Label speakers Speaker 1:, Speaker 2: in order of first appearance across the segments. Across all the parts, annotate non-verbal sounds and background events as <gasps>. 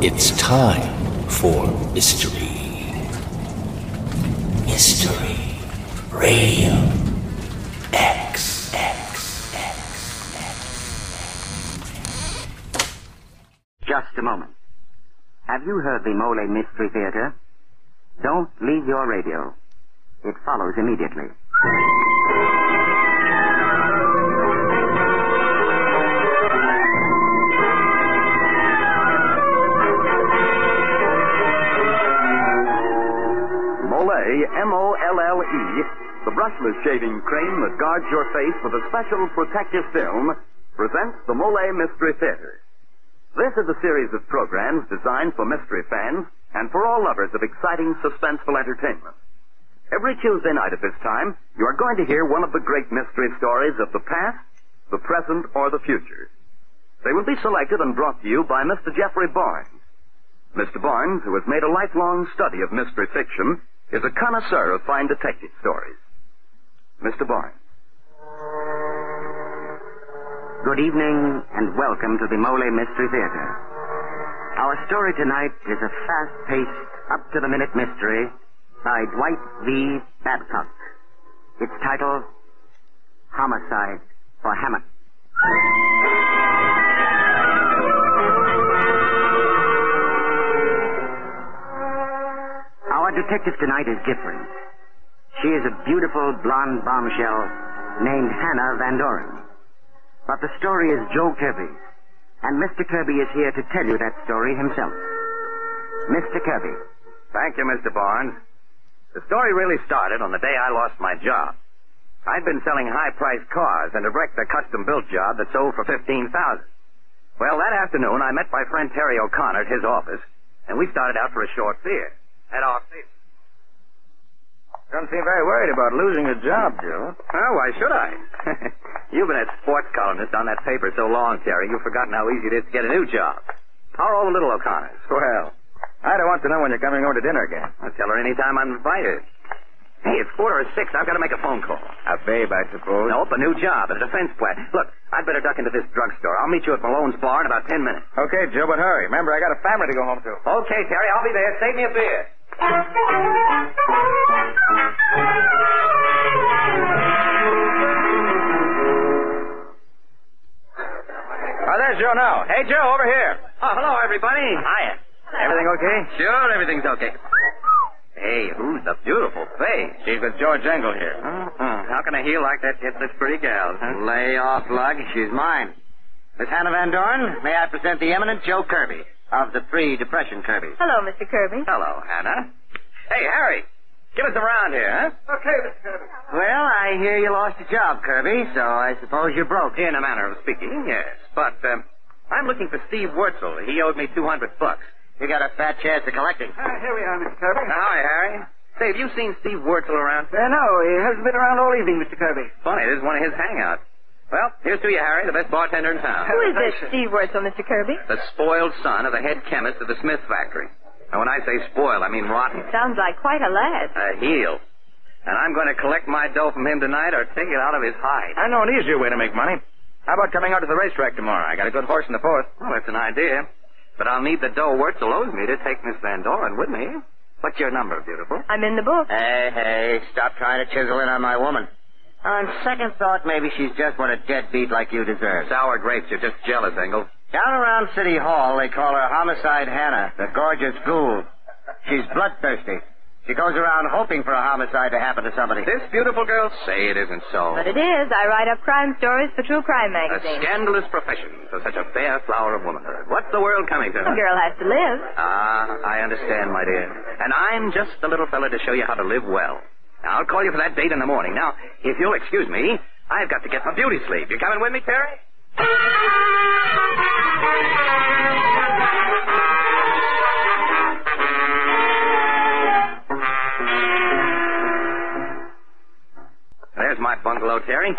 Speaker 1: It's time for mystery. Mystery Radio X. X. X.
Speaker 2: Just a moment. Have you heard the Mole Mystery Theater? Don't leave your radio. It follows immediately.
Speaker 3: Mole, M-O-L-L-E, E. the brushless shaving cream that guards your face with a special protective film, presents the Mole Mystery Theater. This is a series of programs designed for mystery fans and for all lovers of exciting, suspenseful entertainment. Every Tuesday night at this time, you are going to hear one of the great mystery stories of the past, the present, or the future. They will be selected and brought to you by Mr. Jeffrey Barnes. Mr. Barnes, who has made a lifelong study of mystery fiction, is a connoisseur of fine detective stories. Mr. Barnes.
Speaker 2: Good evening and welcome to the Mole Mystery Theater. Our story tonight is a fast paced, up to the minute mystery by Dwight V. Babcock. It's titled Homicide for Hammett. Our detective tonight is different. She is a beautiful blonde bombshell named Hannah Van Doren. But the story is Joe Kirby's, and Mr. Kirby is here to tell you that story himself. Mr. Kirby,
Speaker 3: Thank you, Mr. Barnes. The story really started on the day I lost my job. I'd been selling high-priced cars and had wrecked a custom-built job that sold for 15000 Well, that afternoon, I met my friend Terry O'Connor at his office, and we started out for a short beer. At our place.
Speaker 4: Don't seem very worried about losing a job, Joe.
Speaker 3: Oh, why should I? <laughs> You've been a sports columnist on that paper so long, Terry, you've forgotten how easy it is to get a new job. How are all the little O'Connors?
Speaker 4: Well, I don't want to know when you're coming over to dinner again.
Speaker 3: I tell her anytime I'm invited. Hey, it's quarter to six. I've got to make a phone call.
Speaker 4: A babe, I suppose.
Speaker 3: Nope, a new job at a defense plant. Look, I'd better duck into this drugstore. I'll meet you at Malone's bar in about ten minutes.
Speaker 4: Okay, Joe, but hurry. Remember, I got a family to go home to.
Speaker 3: Okay, Terry, I'll be there. Save me a beer.
Speaker 4: Oh, there's Joe now. Hey, Joe, over here.
Speaker 3: Oh, hello, everybody. Hiya.
Speaker 4: Everything okay?
Speaker 3: Sure, everything's okay. Hey, who's the beautiful face?
Speaker 4: She's with George Engel here.
Speaker 3: Uh-huh. How can a heel like that hit this pretty gal? Huh?
Speaker 2: lay off, Lug. She's mine. Miss Hannah Van Doren, may I present the eminent Joe Kirby of the pre-depression Kirby.
Speaker 5: Hello, Mr. Kirby.
Speaker 3: Hello, Hannah. Hey, Harry. Give us a round here, huh?
Speaker 2: Well, I hear you lost your job, Kirby, so I suppose you're broke.
Speaker 3: In a manner of speaking, yes. But um, I'm looking for Steve Wurzel. He owed me 200 bucks.
Speaker 2: You got a fat chance of collecting.
Speaker 6: Uh,
Speaker 4: here we are, Mr. Kirby.
Speaker 3: Now, hi, Harry. Say, have you seen Steve Wurzel around?
Speaker 6: Uh,
Speaker 4: no, he hasn't been around all evening, Mr. Kirby.
Speaker 3: Funny, this is one of his hangouts. Well, here's to you, Harry, the best bartender in town.
Speaker 5: Who is this Steve Wurzel, Mr. Kirby?
Speaker 3: The spoiled son of the head chemist of the Smith factory. And when I say spoiled, I mean rotten.
Speaker 5: Sounds like quite a lad.
Speaker 3: A heel. And I'm going to collect my dough from him tonight or take it out of his hide.
Speaker 4: I know an easier way to make money. How about coming out to the racetrack tomorrow? I got a good horse in the fourth.
Speaker 3: Well, that's an idea. But I'll need the dough Wurzel owes me to take Miss Van Doren with me. What's your number, beautiful?
Speaker 5: I'm in the book.
Speaker 6: Uh,
Speaker 2: Hey, hey, stop trying to chisel in on my woman. On second thought, maybe she's just what a deadbeat like you deserves.
Speaker 3: Sour grapes. You're just jealous, Engel.
Speaker 2: Down around City Hall, they call her Homicide Hannah, the gorgeous ghoul. She's bloodthirsty. She goes around hoping for a homicide to happen to somebody.
Speaker 3: This beautiful girl? Say it isn't so.
Speaker 5: But it is. I write up crime stories for True Crime
Speaker 3: A
Speaker 5: magazine.
Speaker 3: scandalous profession for such a fair flower of womanhood. What's the world coming to?
Speaker 5: A girl has to live.
Speaker 3: Ah, I understand, my dear. And I'm just the little fella to show you how to live well. Now, I'll call you for that date in the morning. Now, if you'll excuse me, I've got to get my beauty sleep. You coming with me, Terry? There's my bungalow, Terry.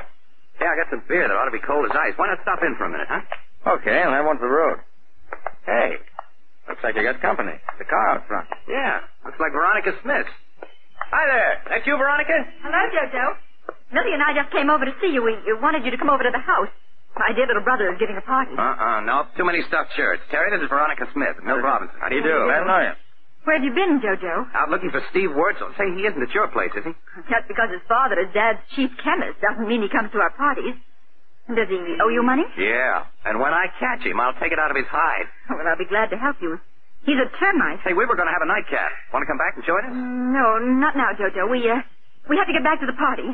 Speaker 3: Hey, I got some beer that ought to be cold as ice. Why not stop in for a minute, huh?
Speaker 4: Okay, and I want the road. Hey, looks like you got company. The car out front.
Speaker 3: Yeah, looks like Veronica Smith. Hi there. That's you, Veronica?
Speaker 7: Hello, Jojo. Millie and I just came over to see you. We uh, wanted you to come over to the house. My dear little brother is giving a party.
Speaker 3: Uh-uh, no. Too many stuffed shirts. Terry, this is Veronica Smith, Milt Robinson. How do you do?
Speaker 7: Glad to know
Speaker 3: you.
Speaker 7: Where have you been, Jojo?
Speaker 3: Out looking for Steve Wurzel. Say, he isn't at your place, is he?
Speaker 7: Just because his father is Dad's chief chemist doesn't mean he comes to our parties. Does he owe you money?
Speaker 3: Yeah. And when I catch him, I'll take it out of his hide.
Speaker 7: Oh, Well, I'll be glad to help you. He's a termite.
Speaker 3: Hey, we were going to have a nightcap. Want to come back and join us?
Speaker 7: Mm, No, not now, Jojo. We, uh, we have to get back to the party.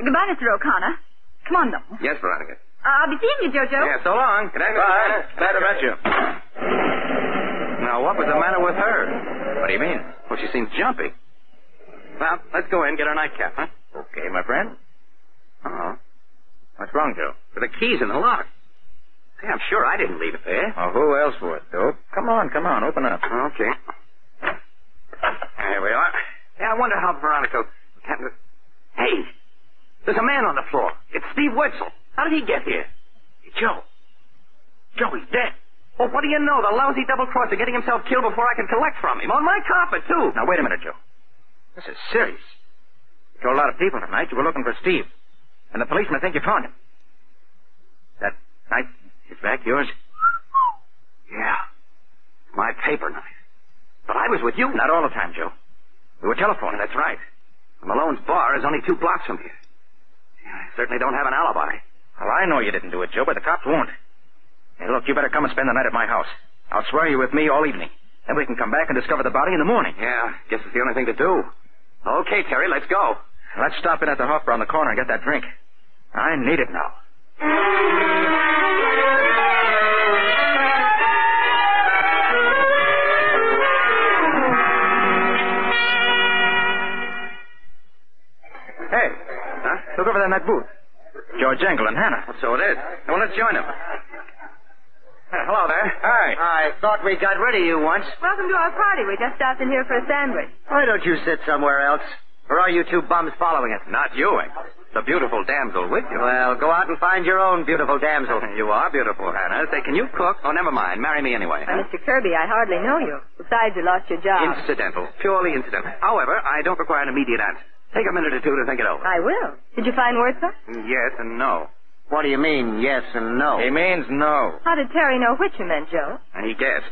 Speaker 7: Goodbye, Mr. O'Connor. Come on, though.
Speaker 3: Yes, Veronica.
Speaker 7: Uh, I'll be seeing you, Jojo.
Speaker 3: Yeah, so long. Good afternoon. Bye. Glad to meet you. Now, what was the matter with her? What do you mean? Well, she seems jumpy. Well, let's go in and get our nightcap, huh? Okay, my friend. Uh-oh. What's wrong, Joe? With the keys in the lock. Hey, I'm sure I didn't leave it there. Well, who else would, Dope? Come on, come on, open up. Okay. There we are. Yeah, I wonder how Veronica happened to... Hey, there's a man on the floor. It's Steve Wetzel. How did he get here? Joe. Joe, he's dead. Well, what do you know? The lousy double crosser getting himself killed before I can collect from him. On my carpet, too. Now, wait a minute, Joe. This is serious. You told a lot of people tonight you were looking for Steve. And the policemen think you found him. That knife is back yours? Yeah. My paper knife. But I was with you. Not all the time, Joe. We were telephoning, that's right. Malone's bar is only two blocks from here. I certainly don't have an alibi. Well, I know you didn't do it, Joe, but the cops won't. Hey, look, you better come and spend the night at my house. I'll swear you with me all evening. Then we can come back and discover the body in the morning. Yeah, guess it's the only thing to do. Okay, Terry, let's go. Let's stop in at the Hofbräu on the corner and get that drink. I need it now. Hey, huh? look over there in that booth. George Engel and Hannah. so it is. Well, let's join them. Hello there. Hi. I thought we got rid of you once.
Speaker 7: Welcome to our party. We just stopped in here for a sandwich.
Speaker 3: Why don't you sit somewhere else? Or are you two bums following us? Not you, Engel. The beautiful damsel with you. Well, go out and find your own beautiful damsel. <laughs> You are beautiful, Hannah. Say, can you cook? Oh, never mind. Marry me anyway.
Speaker 7: Why, Mr. Kirby, I hardly know you. Besides, you lost your job.
Speaker 3: Incidental. Purely incidental. However, I don't require an immediate answer. Take a minute or two to think it over.
Speaker 7: I will. Did you find Werther?
Speaker 3: Yes and no.
Speaker 6: What do you mean, yes and no?
Speaker 3: He means no.
Speaker 7: How did Terry know which you meant, Joe?
Speaker 3: And he guessed.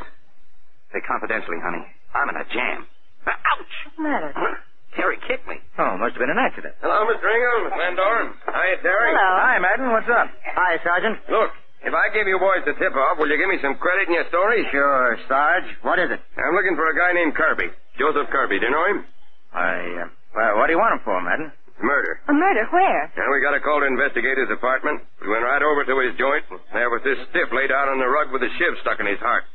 Speaker 3: Say confidentially, honey, I'm in a jam. Uh, Ouch!
Speaker 7: What's the matter?
Speaker 3: Terry kicked me. Oh, must have been an accident.
Speaker 8: Hello, Mr. Ingham. Van Doren. Hiya, Terry.
Speaker 7: Hello.
Speaker 3: Hi, Madden. What's up?
Speaker 6: Hi, Sergeant.
Speaker 8: Look, if I give you boys the tip-off, will you give me some credit in your story?
Speaker 6: Sure, Sarge. What is it?
Speaker 8: I'm looking for a guy named Kirby. Joseph Kirby. Do you know him?
Speaker 3: I, uh, well, what do you want him for, Madden?
Speaker 8: Murder.
Speaker 7: A murder where?
Speaker 8: And we got a call to investigate his apartment. We went right over to his joint. and There was this stiff laid out on the rug with a shiv stuck in his heart.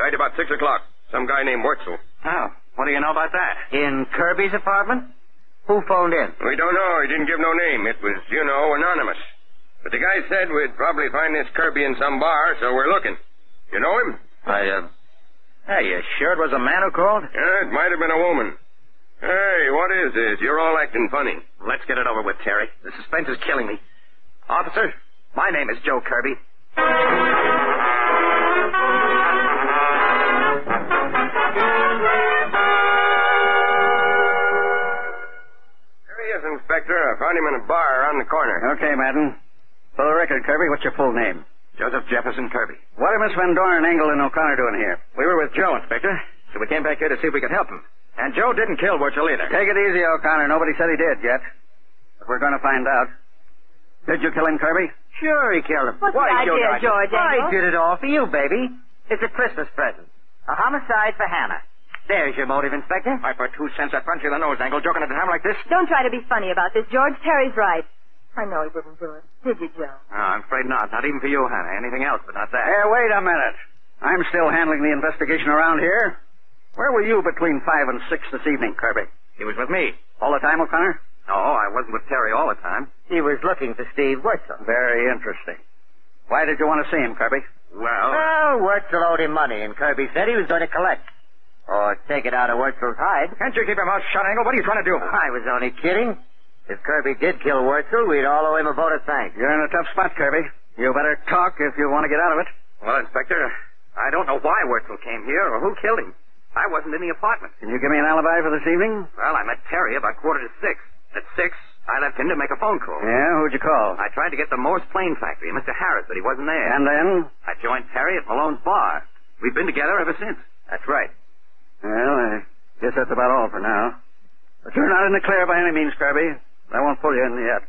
Speaker 8: Died about 6 o'clock. Some guy named Wurzel.
Speaker 3: Oh, what do you know about that?
Speaker 6: In Kirby's apartment? Who phoned in?
Speaker 8: We don't know. He didn't give no name. It was, you know, anonymous. But the guy said we'd probably find this Kirby in some bar, so we're looking. You know him?
Speaker 3: I, uh... Hey, you sure it was a man who called?
Speaker 8: Yeah, it might have been a woman. Hey, what is this? You're all acting funny.
Speaker 3: Let's get it over with, Terry. The suspense is killing me. Officer, my name is Joe Kirby.
Speaker 8: Here he is, Inspector. I found him in a bar around the corner.
Speaker 6: Okay, Madden. For the record, Kirby, what's your full name?
Speaker 3: Joseph Jefferson Kirby.
Speaker 6: What are Miss Van Doren, Engel, and O'Connor doing here?
Speaker 3: We were with Joe, Inspector, so we came back here to see if we could help him. And Joe didn't kill Wurzel either.
Speaker 6: Take it easy, O'Connor. Nobody said he did yet. But we're going to find out. Did you kill him, Kirby? Sure, he killed him.
Speaker 7: What's
Speaker 3: Why,
Speaker 7: the
Speaker 3: Jojo,
Speaker 7: idea,
Speaker 3: I-
Speaker 7: George?
Speaker 6: I
Speaker 7: Engel?
Speaker 6: did it all for you, baby. It's a Christmas present. A homicide for Hannah. There's your motive, Inspector.
Speaker 3: Why, for two cents, I'd punch you in the nose, Angle, joking at a time like this?
Speaker 7: Don't try to be funny about this, George. Terry's right. I know he wouldn't do it. Did you, Joe?
Speaker 3: No, Ah, I'm afraid not. Not even for you, Hannah. Anything else, but not that.
Speaker 6: Hey, wait a minute. I'm still handling the investigation around here. Where were you between five and six this evening, Kirby?
Speaker 3: He was with me.
Speaker 6: All the time, O'Connor?
Speaker 3: No, I wasn't with Terry all the time.
Speaker 6: He was looking for Steve Wurzel. Very interesting. Why did you want to see him, Kirby?
Speaker 3: Well,
Speaker 6: Well, Wurzel owed him money, and Kirby said he was going to collect. Or take it out of Wurzel's hide.
Speaker 3: can't you keep your mouth shut, Angle? What are you trying to do?
Speaker 6: I was only kidding. If Kirby did kill Wurzel, we'd all owe him a vote of thanks. You're in a tough spot, Kirby. You better talk if you want to get out of it.
Speaker 3: Well, Inspector, I don't know why Wurzel came here or who killed him. I wasn't in the apartment.
Speaker 6: Can you give me an alibi for this evening?
Speaker 3: Well, I met Terry about quarter to six. At six, I left him to make a phone call.
Speaker 6: Yeah, who'd you call?
Speaker 3: I tried to get the Morse plane factory, Mr. Harris, but he wasn't there.
Speaker 6: And then?
Speaker 3: I joined Terry at Malone's bar. We've been together ever since. That's right.
Speaker 6: Well, I guess that's about all for now. But you're not in the clear by any means, Kirby. I won't pull you in yet.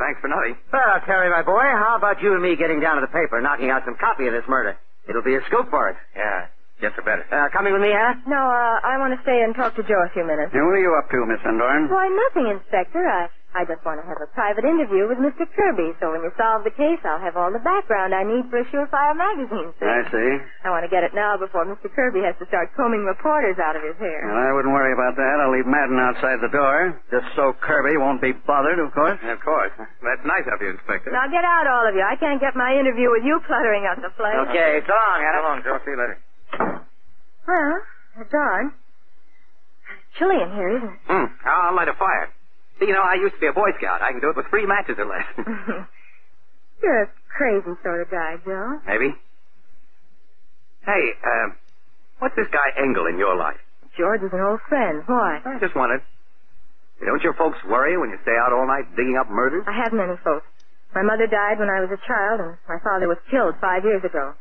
Speaker 3: Thanks for nothing.
Speaker 6: Well, Terry, my boy, how about you and me getting down to the paper, knocking out some copy of this murder? It'll be a scoop for it.
Speaker 3: Yeah, just a better.
Speaker 6: Uh, coming with me, huh?
Speaker 5: No, uh, I want to stay and talk to Joe a few minutes.
Speaker 6: what are you up to, Miss Sundorn?
Speaker 5: Why, nothing, Inspector. I, I just want to have a private interview with Mr. Kirby, so when you solve the case, I'll have all the background I need for a surefire magazine. See?
Speaker 6: I see.
Speaker 5: I want to get it now before Mr. Kirby has to start combing reporters out of his hair.
Speaker 6: Well, I wouldn't worry about that. I'll leave Madden outside the door, just so Kirby won't be bothered, of course.
Speaker 3: Of course. That's nice of you, Inspector.
Speaker 5: Now get out, all of you. I can't get my interview with you cluttering up the place.
Speaker 6: Okay, so long, Adam.
Speaker 3: long, Joe. See you later.
Speaker 5: Well, uh, darn. Chilly in here, isn't it?
Speaker 3: Hmm. I'll light a fire. See, you know, I used to be a Boy Scout. I can do it with three matches or less.
Speaker 5: You're a crazy sort of guy, Joe.
Speaker 3: Maybe. Hey, um, what's this guy Engel in your life?
Speaker 5: George is an old friend. Why?
Speaker 3: I just wondered. Don't your folks worry when you stay out all night digging up murders?
Speaker 5: I haven't any folks. My mother died when I was a child, and my father was killed five years ago.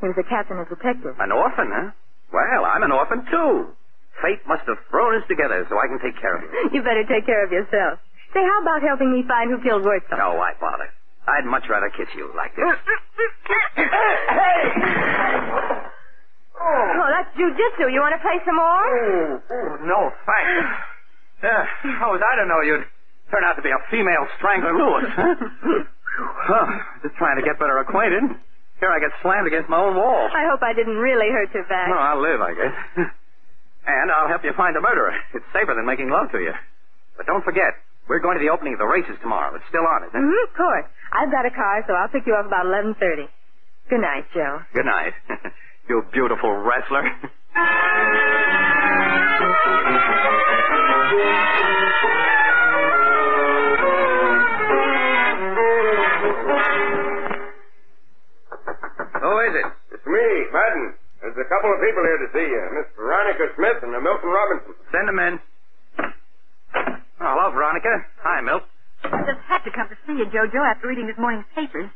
Speaker 5: He was a captain of detectives.
Speaker 3: An orphan, huh? Well, I'm an orphan, too. Fate must have thrown us together so I can take care of you.
Speaker 5: You better take care of yourself. Say, how about helping me find who killed Wurzel?
Speaker 3: No, why bother? I'd much rather kiss you like this.
Speaker 5: Oh, that's jujitsu. You want to play some more?
Speaker 3: Oh, oh, no, <sighs> thanks. Uh, suppose I don't know you'd turn out to be a female strangler Lewis, huh? Huh, Just trying to get better acquainted. Here I get slammed against my own wall.
Speaker 5: I hope I didn't really hurt your back.
Speaker 3: No, I'll live, I guess. And I'll help you find the murderer. It's safer than making love to you. But don't forget, we're going to the opening of the races tomorrow. It's still on, isn't it?
Speaker 5: hmm of course. I've got a car, so I'll pick you up about 11.30. Good night, Joe.
Speaker 3: Good night. <laughs> you beautiful wrestler.
Speaker 8: Who is it? It's me, Madden. There's a couple of people here to see you. Miss Veronica Smith and Milton Robinson.
Speaker 3: Send him in. Oh, hello, Veronica. Hi, Milt.
Speaker 7: I just had to come to see you, Jojo, after reading this morning's papers.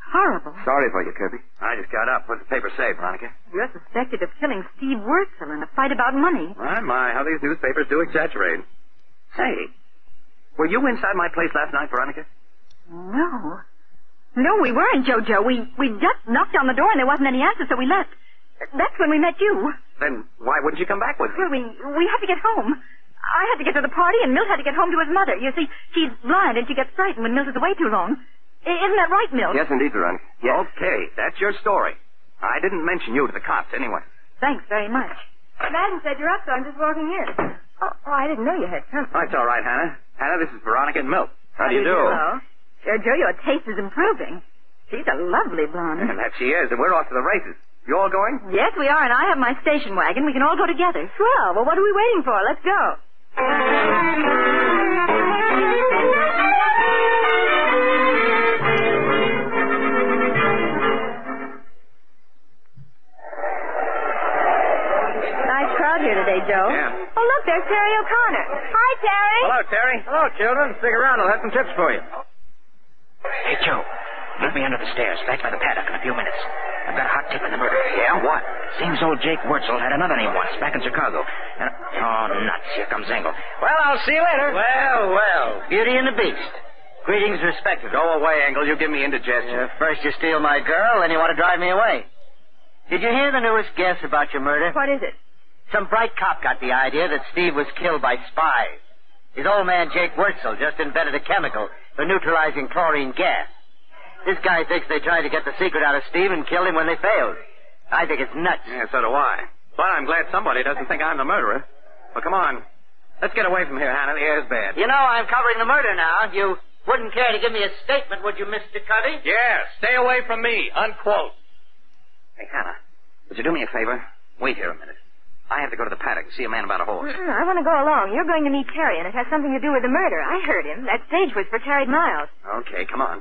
Speaker 7: Horrible.
Speaker 3: Sorry for you, Kirby. I just got up. What did the paper say, Veronica?
Speaker 7: You're suspected of killing Steve Wurzel in a fight about money.
Speaker 3: My, my, how these newspapers do exaggerate. Say, were you inside my place last night, Veronica?
Speaker 7: No. No, we weren't, Jojo. We we just knocked on the door and there wasn't any answer, so we left. That's when we met you.
Speaker 3: Then why wouldn't you come back with me?
Speaker 7: Well, we we had to get home. I had to get to the party, and Milt had to get home to his mother. You see, she's blind and she gets frightened when Milt is away too long. I- isn't that right, Milt?
Speaker 3: Yes, indeed, Veronica. Yes. Okay, that's your story. I didn't mention you to the cops, anyway.
Speaker 7: Thanks very much.
Speaker 5: Madden said you're up, so I'm just walking in. Oh, oh I didn't know you had come.
Speaker 3: That's all right, Hannah. Hannah, this is Veronica and Milt. How do you do?
Speaker 7: Hello. Jojo, your taste is improving. She's a lovely blonde.
Speaker 3: And <laughs> that she is, and we're off to the races. You all going?
Speaker 7: Yes, we are, and I have my station wagon. We can all go together.
Speaker 5: Swell. Well, what are we waiting for? Let's go. Nice crowd here today, Joe.
Speaker 3: Yeah.
Speaker 5: Oh, look, there's Terry O'Connor. Hi, Terry.
Speaker 3: Hello, Terry. Hello, children. Stick around. I'll have some tips for you.
Speaker 1: Hey, Joe. Meet me under the stairs, back by the paddock in a few minutes. I've got a hot tip on the murder. Yeah? What? Seems old Jake Wurzel had another name once, back in Chicago. And, oh, nuts. Here comes Engel. Well, I'll see you later.
Speaker 6: Well, well.
Speaker 1: Beauty and the Beast. Greetings, respected. Uh,
Speaker 3: Go away, Engel. You give me indigestion.
Speaker 6: First you steal my girl, then you want to drive me away. Did you hear the newest guess about your murder?
Speaker 5: What is it?
Speaker 6: Some bright cop got the idea that Steve was killed by spies. His old man, Jake Wurzel, just invented a chemical for neutralizing chlorine gas. This guy thinks they tried to get the secret out of Steve and killed him when they failed. I think it's nuts.
Speaker 3: Yeah, so do I. But I'm glad somebody doesn't think I'm the murderer. Well, come on. Let's get away from here, Hannah. The air's bad.
Speaker 6: You know, I'm covering the murder now. You wouldn't care to give me a statement, would you, Mr. Covey?
Speaker 3: Yeah, stay away from me. Unquote. Hey, Hannah, would you do me a favor? Wait here a minute. I have to go to the paddock and see a man about a horse.
Speaker 5: Mm, I want to go along. You're going to meet Terry, and it has something to do with the murder. I heard him. That stage was for Terry Miles.
Speaker 3: Okay, come on.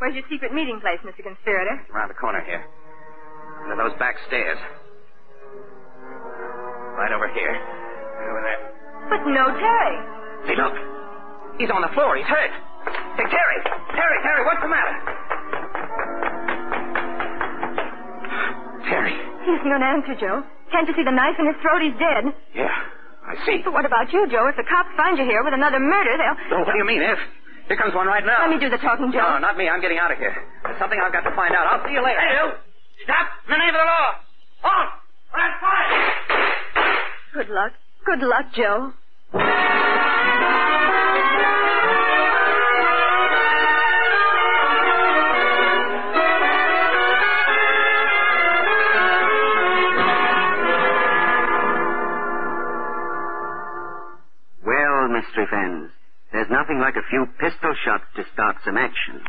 Speaker 5: Where's your secret meeting place, Mr. Conspirator?
Speaker 3: Around the corner here. Under those back stairs. Right over here. Right over there.
Speaker 5: But no Terry.
Speaker 3: Hey, look. He's on the floor. He's hurt. Hey, Terry! Terry, Terry, what's the matter? Terry.
Speaker 7: He doesn't going to answer, Joe. Can't you see the knife in his throat? He's dead.
Speaker 3: Yeah, I see.
Speaker 7: But what about you, Joe? If the cops find you here with another murder, they'll.
Speaker 3: Oh, what do you mean, if? Here comes one right now.
Speaker 7: Let me do the talking, Joe.
Speaker 3: No, not me. I'm getting out of here. There's something I've got to find out. I'll see you later. Hey, you! Stop! In the name of the law! On! That's fine!
Speaker 7: Good luck. Good luck, Joe.
Speaker 2: Well, mystery fans, there's nothing like a few pistol shots to start some action.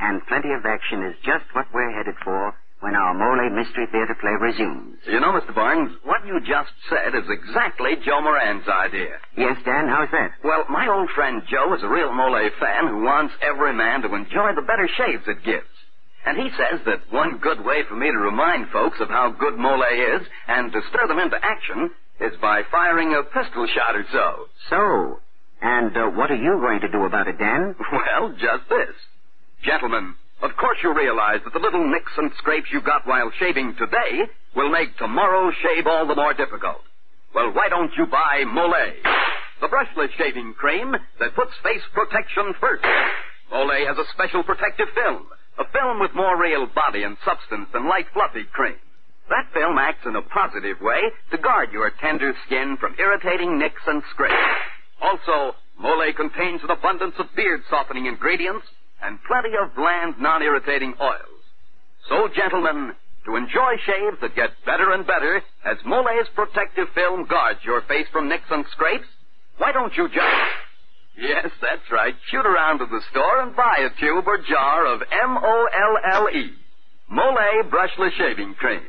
Speaker 2: And plenty of action is just what we're headed for when our Mole Mystery Theater play resumes.
Speaker 4: You know, Mr. Barnes, what you just said is exactly Joe Moran's idea.
Speaker 2: Yes, Dan, how's that?
Speaker 4: Well, my old friend Joe is a real mole fan who wants every man to enjoy the better shaves it gives. And he says that one good way for me to remind folks of how good mole is and to stir them into action is by firing a pistol shot or so.
Speaker 2: So, and uh, what are you going to do about it, Dan?
Speaker 4: Well, just this. Gentlemen, of course you realize that the little nicks and scrapes you got while shaving today will make tomorrow's shave all the more difficult. Well, why don't you buy Mole, the brushless shaving cream that puts face protection first? Mole has a special protective film, a film with more real body and substance than light fluffy cream. That film acts in a positive way to guard your tender skin from irritating nicks and scrapes. Also, Mole contains an abundance of beard softening ingredients and plenty of bland, non-irritating oils. So, gentlemen, to enjoy shaves that get better and better as Mole's protective film guards your face from nicks and scrapes, why don't you just... <laughs> Yes, that's right. Shoot around to the store and buy a tube or jar of M-O-L-L-E, E, Mole Brushless Shaving Cream.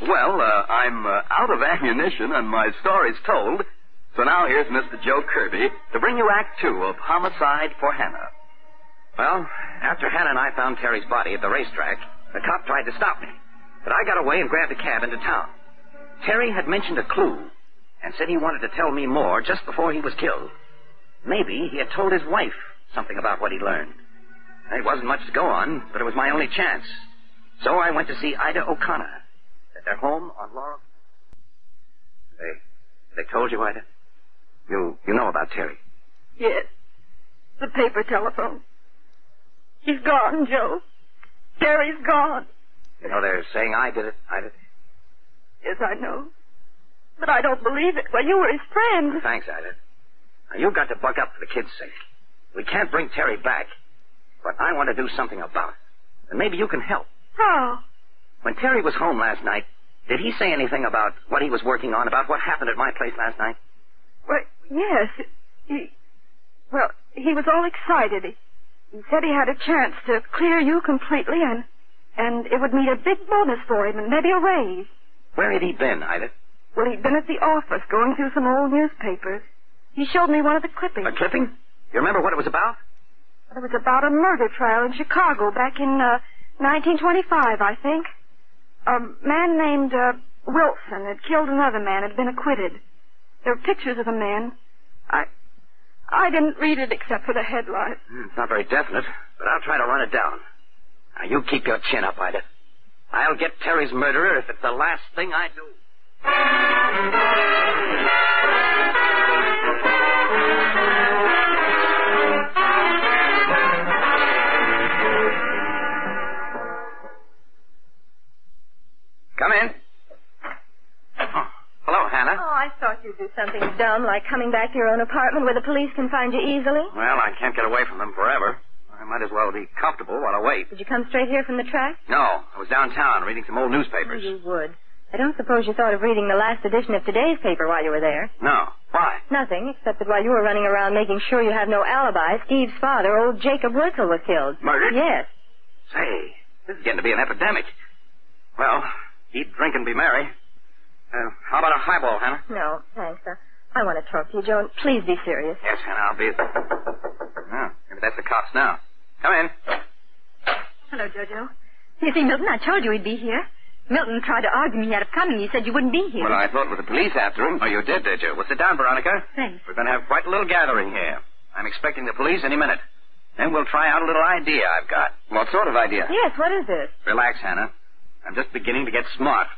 Speaker 4: Well, uh, I'm uh, out of ammunition and my story's told. So now here's Mr. Joe Kirby to bring you Act Two of Homicide for Hannah.
Speaker 3: Well, after Hannah and I found Terry's body at the racetrack, the cop tried to stop me. But I got away and grabbed a cab into town. Terry had mentioned a clue and said he wanted to tell me more just before he was killed. Maybe he had told his wife something about what he learned. It wasn't much to go on, but it was my only chance. So I went to see Ida O'Connor at their home on Laurel. They, they told you, Ida? You, you know about Terry.
Speaker 7: Yes. The paper telephone. He's gone, Joe. Terry's gone.
Speaker 3: You know they're saying I did it. I did it.
Speaker 7: Yes, I know. But I don't believe it. Well, you were his friend.
Speaker 3: Thanks, Ida. Now, you've got to buck up for the kid's sake. We can't bring Terry back, but I want to do something about it. And maybe you can help.
Speaker 7: How?
Speaker 3: When Terry was home last night, did he say anything about what he was working on, about what happened at my place last night?
Speaker 7: Well, yes. He, well, he was all excited. He, he said he had a chance to clear you completely, and and it would mean a big bonus for him, and maybe a raise.
Speaker 3: Where had he been, Ida?
Speaker 7: Well, he'd been at the office going through some old newspapers. He showed me one of the clippings.
Speaker 3: A clipping? You remember what it was about?
Speaker 7: It was about a murder trial in Chicago back in uh, 1925, I think. A man named uh, Wilson had killed another man, had been acquitted. There were pictures of the man. I, I didn't read it except for the headline.
Speaker 3: Hmm, It's not very definite, but I'll try to run it down. Now, you keep your chin up, Ida. I'll get Terry's murderer if it's the last thing I do. Come in. Oh, hello, Hannah.
Speaker 5: Oh, I thought you'd do something dumb like coming back to your own apartment where the police can find you easily.
Speaker 3: Well, I can't get away from them forever. I might as well be comfortable while I wait.
Speaker 5: Did you come straight here from the track?
Speaker 3: No, I was downtown reading some old
Speaker 5: Oh,
Speaker 3: newspapers.
Speaker 5: you would. I don't suppose you thought of reading the last edition of today's paper while you were there.
Speaker 3: No. Why?
Speaker 5: Nothing, except that while you were running around making sure you have no alibi, Steve's father, old Jacob Wurzel, was killed.
Speaker 3: Murdered?
Speaker 5: Yes.
Speaker 3: Say, this is getting to be an epidemic. Well, eat, drink, and be merry. Uh, how about a highball, Hannah?
Speaker 5: No, thanks. Uh, I want to talk to you, Joan. Please be serious.
Speaker 3: Yes, Hannah, I'll be. Oh, maybe that's the cops now. Come in.
Speaker 7: Hello, Jojo. You see, Milton, I told you he'd be here. Milton tried to argue me out of coming. He said you wouldn't be here.
Speaker 3: Well, I thought with the police after him. Oh, you did, did you? Well, sit down, Veronica.
Speaker 7: Thanks.
Speaker 3: We're going to have quite a little gathering here. I'm expecting the police any minute. Then we'll try out a little idea I've got. What sort of idea?
Speaker 5: Yes, what is this?
Speaker 3: Relax, Hannah. I'm just beginning to get smart.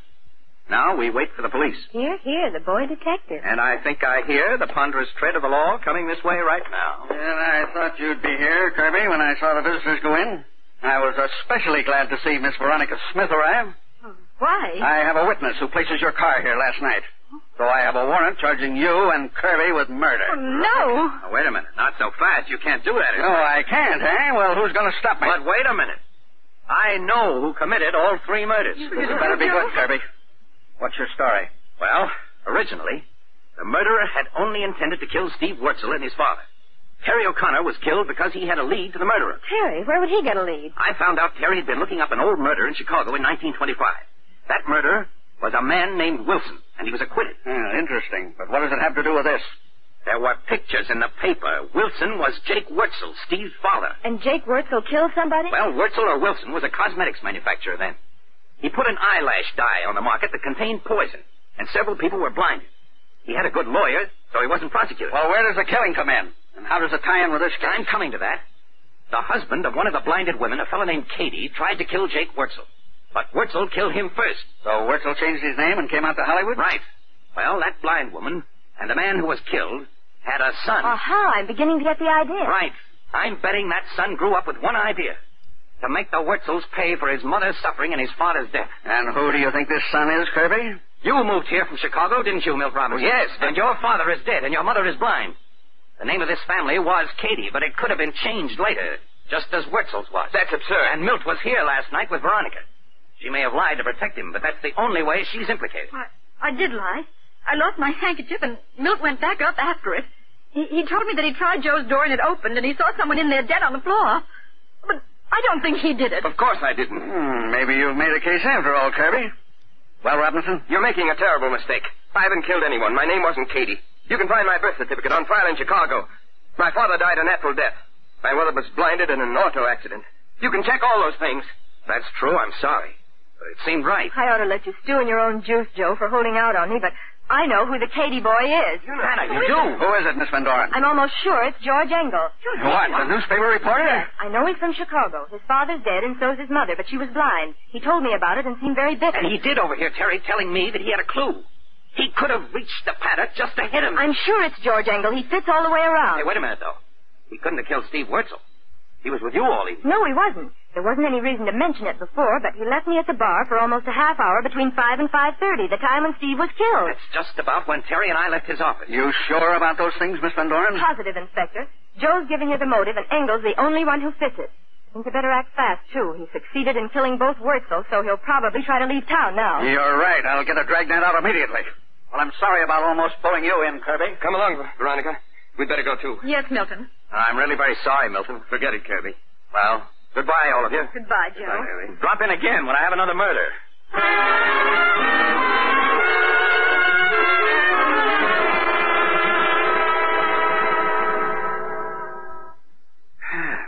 Speaker 3: Now we wait for the police.
Speaker 5: Here, here, the boy detective.
Speaker 3: And I think I hear the ponderous tread of the law coming this way right now.
Speaker 9: And I thought you'd be here, Kirby, when I saw the visitors go in. I was especially glad to see Miss Veronica Smith arrive.
Speaker 5: Why?
Speaker 9: I have a witness who places your car here last night. So I have a warrant charging you and Kirby with murder.
Speaker 5: No.
Speaker 3: Now, wait a minute. Not so fast. You can't do that.
Speaker 9: No, I can't, eh? Well, who's going to stop me?
Speaker 3: But wait a minute. I know who committed all three murders.
Speaker 9: This had better be good, Kirby. What's your story?
Speaker 3: Well, originally, the murderer had only intended to kill Steve Wurzel and his father. Terry O'Connor was killed because he had a lead to the murderer.
Speaker 5: Terry, where would he get a lead?
Speaker 3: I found out Terry had been looking up an old murder in Chicago in 1925. That murderer was a man named Wilson, and he was acquitted.
Speaker 9: Hmm, interesting. But what does it have to do with this?
Speaker 3: There were pictures in the paper. Wilson was Jake Wurzel, Steve's father.
Speaker 5: And Jake Wurzel killed somebody?
Speaker 3: Well, Wurzel or Wilson was a cosmetics manufacturer then. He put an eyelash dye on the market that contained poison, and several people were blinded. He had a good lawyer, so he wasn't prosecuted.
Speaker 9: Well, where does the killing come in? And how does it tie in with this
Speaker 3: I'm
Speaker 9: case?
Speaker 3: coming to that. The husband of one of the blinded women, a fellow named Katie, tried to kill Jake Wurzel. But Wurzel killed him first.
Speaker 9: So Wurzel changed his name and came out to Hollywood?
Speaker 3: Right. Well, that blind woman and the man who was killed had a son.
Speaker 5: Aha, I'm beginning to get the idea.
Speaker 3: Right. I'm betting that son grew up with one idea. To make the Wurzels pay for his mother's suffering and his father's death.
Speaker 9: And who do you think this son is, Kirby?
Speaker 3: You moved here from Chicago, didn't you, Milt Robertson? yes, and your father is dead and your mother is blind. The name of this family was Katie, but it could have been changed later, just as Wurzel's was. That's absurd. And Milt was here last night with Veronica. She may have lied to protect him, but that's the only way she's implicated.
Speaker 7: I, I did lie. I lost my handkerchief, and Milt went back up after it. He, he told me that he tried Joe's door and it opened, and he saw someone in there dead on the floor. But I don't think he did it.
Speaker 3: Of course I didn't.
Speaker 9: Hmm, maybe you've made a case after all, Kirby. Well, Robinson?
Speaker 8: You're making a terrible mistake. I haven't killed anyone. My name wasn't Katie. You can find my birth certificate on file in Chicago. My father died a natural death. My mother was blinded in an auto accident. You can check all those things.
Speaker 3: That's true. I'm sorry. But it seemed right.
Speaker 5: I ought to let you stew in your own juice, Joe, for holding out on me, but I know who the Katie boy is. You know.
Speaker 3: Hannah, you do.
Speaker 9: Who is it, Miss Van Doren?
Speaker 5: I'm almost sure it's George Engel.
Speaker 9: What, the newspaper reporter?
Speaker 5: I know he's from Chicago. His father's dead, and so's his mother, but she was blind. He told me about it and seemed very bitter.
Speaker 3: And he did overhear Terry telling me that he had a clue. He could have reached the paddock just to hit him.
Speaker 5: I'm sure it's George Engel. He fits all the way
Speaker 3: Hey,
Speaker 5: around.
Speaker 3: wait a minute, though. He couldn't have killed Steve Wurzel. He was with you all evening.
Speaker 5: No, he wasn't. There wasn't any reason to mention it before, but he left me at the bar for almost a half hour between 5 and 5.30, the time when Steve was killed.
Speaker 3: That's just about when Terry and I left his office.
Speaker 9: You sure about those things, Miss Van Doren?
Speaker 5: Positive, Inspector. Joe's giving you the motive, and Engel's the only one who fits it. I think you better act fast, too. He succeeded in killing both Wurzel, so he'll probably try to leave town now.
Speaker 9: You're right. I'll get a dragnet out immediately. Well, I'm sorry about almost pulling you in, Kirby.
Speaker 8: Come along, Veronica. We'd better go, too.
Speaker 7: Yes, Milton.
Speaker 3: I'm really very sorry, Milton.
Speaker 8: Forget it, Kirby.
Speaker 3: Well, goodbye, all of you.
Speaker 7: Goodbye, Joe.
Speaker 3: Drop in again when I have another murder. <sighs>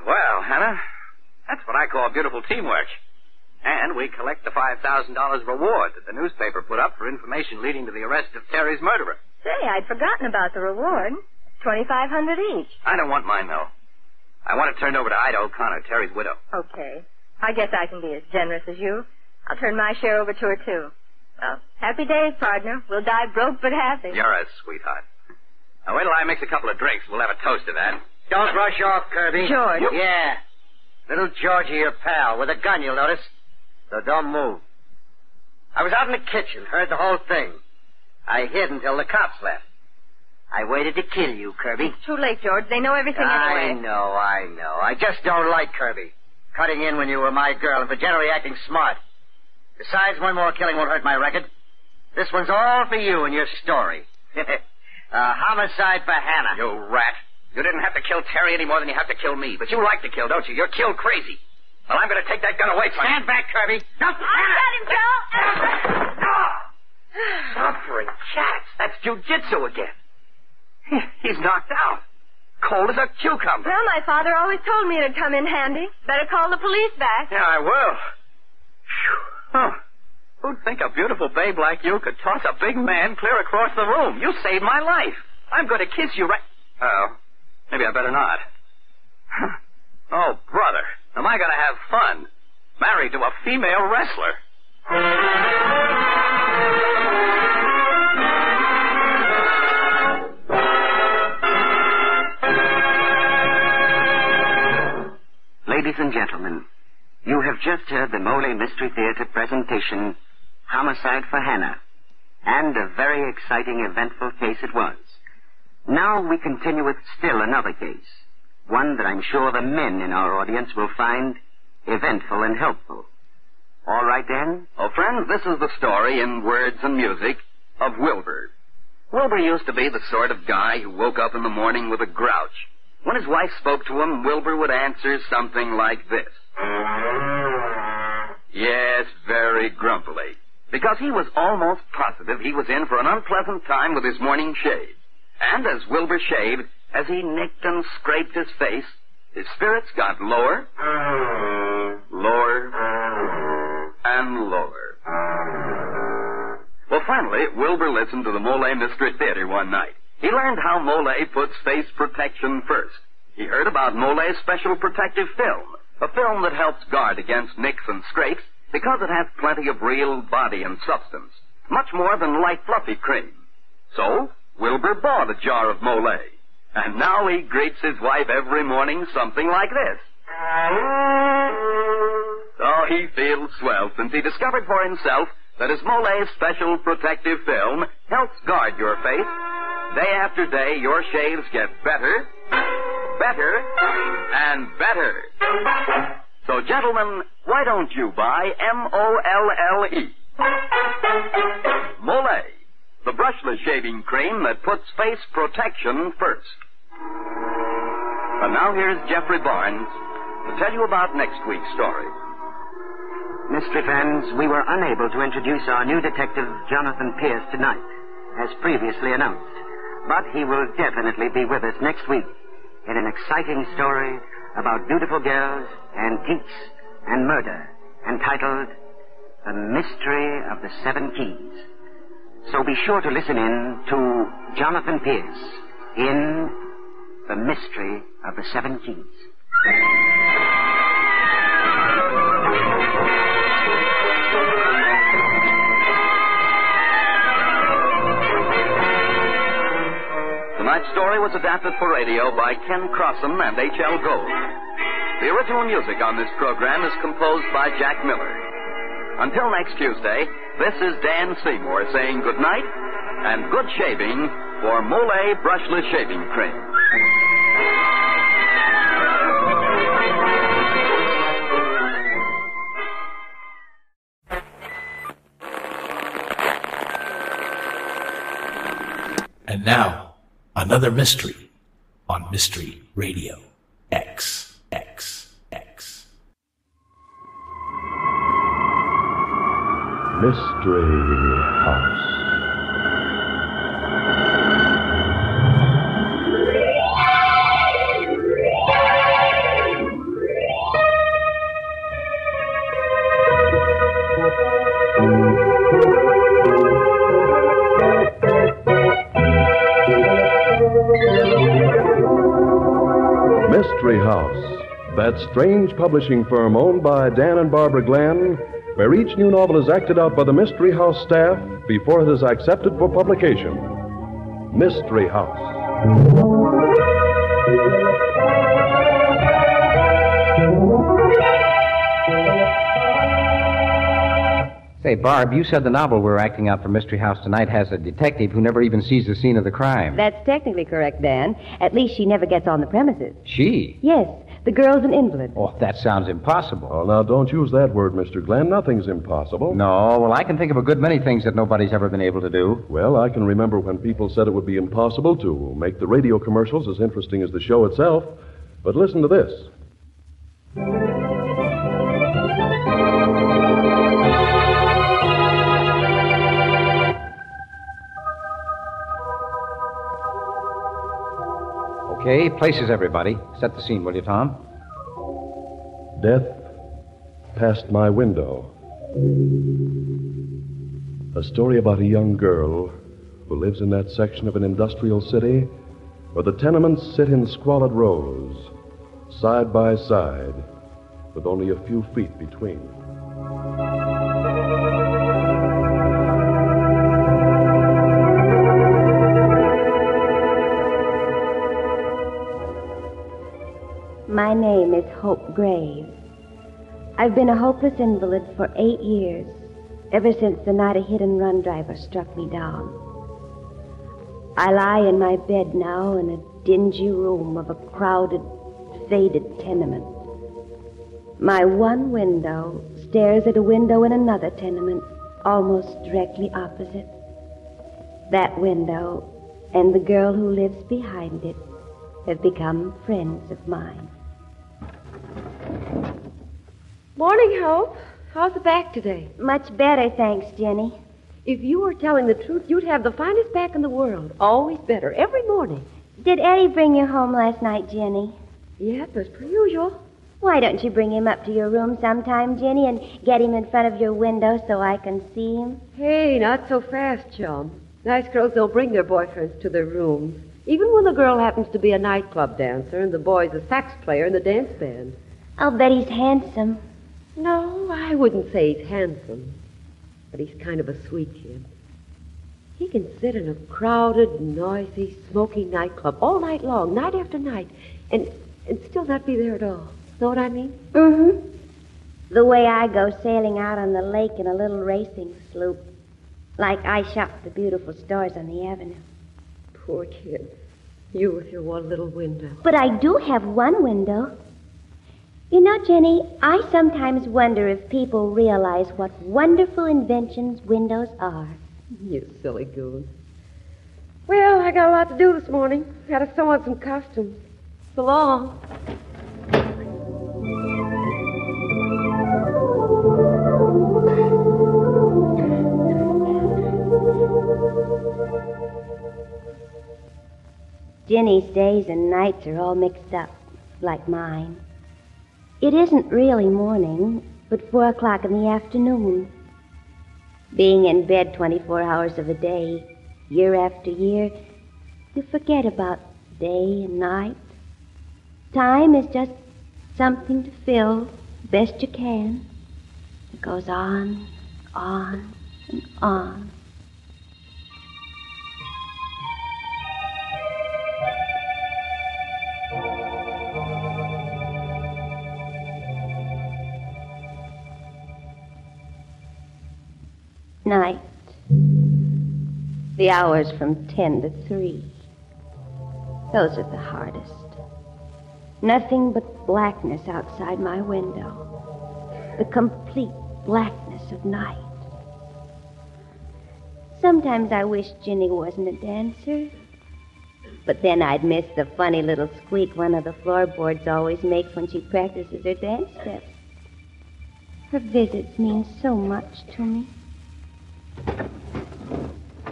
Speaker 3: well, Hannah, that's what I call beautiful teamwork. And we collect the $5,000 reward that the newspaper put up for information leading to the arrest of Terry's murderer.
Speaker 5: Say, I'd forgotten about the reward. 2500 each.
Speaker 3: I don't want mine, though. I want it turned over to Ida O'Connor, Terry's widow.
Speaker 5: Okay. I guess I can be as generous as you. I'll turn my share over to her, too. Well, happy days, partner. We'll die broke but happy.
Speaker 3: You're a sweetheart. Now, wait till I mix a couple of drinks. We'll have a toast to that.
Speaker 6: Don't rush off, Kirby.
Speaker 5: George.
Speaker 6: Yeah. Little Georgie, your pal, with a gun, you'll notice. So don't move. I was out in the kitchen, heard the whole thing. I hid until the cops left. I waited to kill you, Kirby.
Speaker 5: Too late, George. They know everything
Speaker 6: I
Speaker 5: anyway.
Speaker 6: know, I know. I just don't like Kirby. Cutting in when you were my girl and for generally acting smart. Besides, one more killing won't hurt my record. This one's all for you and your story. <laughs> a homicide for Hannah.
Speaker 3: You rat. You didn't have to kill Terry any more than you have to kill me. But you like to kill, don't you? You're kill crazy. Well, I'm going to take that gun away from you.
Speaker 6: Stand back, Kirby. Don't
Speaker 3: Suffering cats. That's jujitsu again. <laughs> He's knocked out. Cold as a cucumber.
Speaker 5: Well, my father always told me it'd come in handy. Better call the police back.
Speaker 3: Yeah, I will. Phew. Huh. Who'd think a beautiful babe like you could toss a big man clear across the room? You saved my life. I'm going to kiss you right. Oh. Maybe I better not. oh, brother, am I going to have fun? Married to a female wrestler.
Speaker 2: Ladies and gentlemen, you have just heard the Mole Mystery Theater presentation, Homicide for Hannah, and a very exciting, eventful case it was. Now we continue with still another case, one that I'm sure the men in our audience will find eventful and helpful. All right then?
Speaker 4: Well, friends, this is the story in words and music of Wilbur. Wilbur used to be the sort of guy who woke up in the morning with a grouch. When his wife spoke to him, Wilbur would answer something like this. Yes, very grumpily. Because he was almost positive he was in for an unpleasant time with his morning shave. And as Wilbur shaved, as he nicked and scraped his face, his spirits got lower, lower, and lower. Well, finally, Wilbur listened to the Mole Mystery Theater one night. He learned how Mole puts face protection first. He heard about Mole's special protective film, a film that helps guard against nicks and scrapes because it has plenty of real body and substance, much more than light fluffy cream. So, Wilbur bought a jar of Mole, and now he greets his wife every morning something like this. Oh, he feels swell since he discovered for himself that his Mole special protective film helps guard your face. Day after day, your shaves get better, better, and better. So, gentlemen, why don't you buy M-O-L-L-E? Mole, the brushless shaving cream that puts face protection first. And now here's Jeffrey Barnes to tell you about next week's story.
Speaker 2: Mystery fans, we were unable to introduce our new detective, Jonathan Pierce, tonight, as previously announced. But he will definitely be with us next week in an exciting story about beautiful girls, antiques, and murder, entitled The Mystery of the Seven Keys. So be sure to listen in to Jonathan Pierce in The Mystery of the Seven Keys.
Speaker 4: Tonight's story was adapted for radio by Ken Crossan and H.L. Gold. The original music on this program is composed by Jack Miller. Until next Tuesday, this is Dan Seymour saying good night and good shaving for Mole Brushless Shaving Cream.
Speaker 1: And now, another mystery on Mystery Radio X, X, X.
Speaker 10: Mystery House. Mystery House, that strange publishing firm owned by Dan and Barbara Glenn, where each new novel is acted out by the Mystery House staff before it is accepted for publication. Mystery House.
Speaker 11: Say, Barb, you said the novel we're acting out for Mystery House tonight has a detective who never even sees the scene of the crime.
Speaker 12: That's technically correct, Dan. At least she never gets on the premises.
Speaker 11: She?
Speaker 12: Yes, the girl's an invalid.
Speaker 11: Oh, that sounds impossible.
Speaker 10: Oh, now don't use that word, Mr. Glenn. Nothing's impossible.
Speaker 11: No, well, I can think of a good many things that nobody's ever been able to do.
Speaker 10: Well, I can remember when people said it would be impossible to make the radio commercials as interesting as the show itself. But listen to this.
Speaker 11: Okay, places everybody. Set the scene, will you, Tom?
Speaker 10: Death passed my window. A story about a young girl who lives in that section of an industrial city where the tenements sit in squalid rows, side by side, with only a few feet between.
Speaker 12: My name is Hope Graves. I've been a hopeless invalid for eight years, ever since the night a hit and run driver struck me down. I lie in my bed now in a dingy room of a crowded, faded tenement. My one window stares at a window in another tenement almost directly opposite. That window and the girl who lives behind it have become friends of mine.
Speaker 13: Morning, Hope. How's the back today?
Speaker 12: Much better, thanks, Jenny.
Speaker 13: If you were telling the truth, you'd have the finest back in the world. Always better, every morning.
Speaker 12: Did Eddie bring you home last night, Jenny?
Speaker 13: Yep, as per usual.
Speaker 12: Why don't you bring him up to your room sometime, Jenny, and get him in front of your window so I can see him?
Speaker 13: Hey, not so fast, chum. Nice girls don't bring their boyfriends to their rooms. Even when the girl happens to be a nightclub dancer and the boy's a sax player in the dance band.
Speaker 12: I'll bet he's handsome.
Speaker 13: No, I wouldn't say he's handsome, but he's kind of a sweet kid. He can sit in a crowded, noisy, smoky nightclub all night long, night after night, and, and still not be there at all. Know what I mean?
Speaker 12: Mm-hmm. The way I go sailing out on the lake in a little racing sloop, like I shop the beautiful stores on the avenue.
Speaker 13: Poor kid. You with your one little window.
Speaker 12: But I do have one window. You know, Jenny, I sometimes wonder if people realize what wonderful inventions windows are.
Speaker 13: You silly goon. Well, I got a lot to do this morning. Had to sew on some costumes. So long.
Speaker 12: Jenny's days and nights are all mixed up, like mine. It isn't really morning, but four o'clock in the afternoon. Being in bed 24 hours of a day, year after year, you forget about day and night. Time is just something to fill best you can. It goes on, on, and on. Night. The hours from 10 to 3. Those are the hardest. Nothing but blackness outside my window. The complete blackness of night. Sometimes I wish Ginny wasn't a dancer. But then I'd miss the funny little squeak one of the floorboards always makes when she practices her dance steps. Her visits mean so much to me.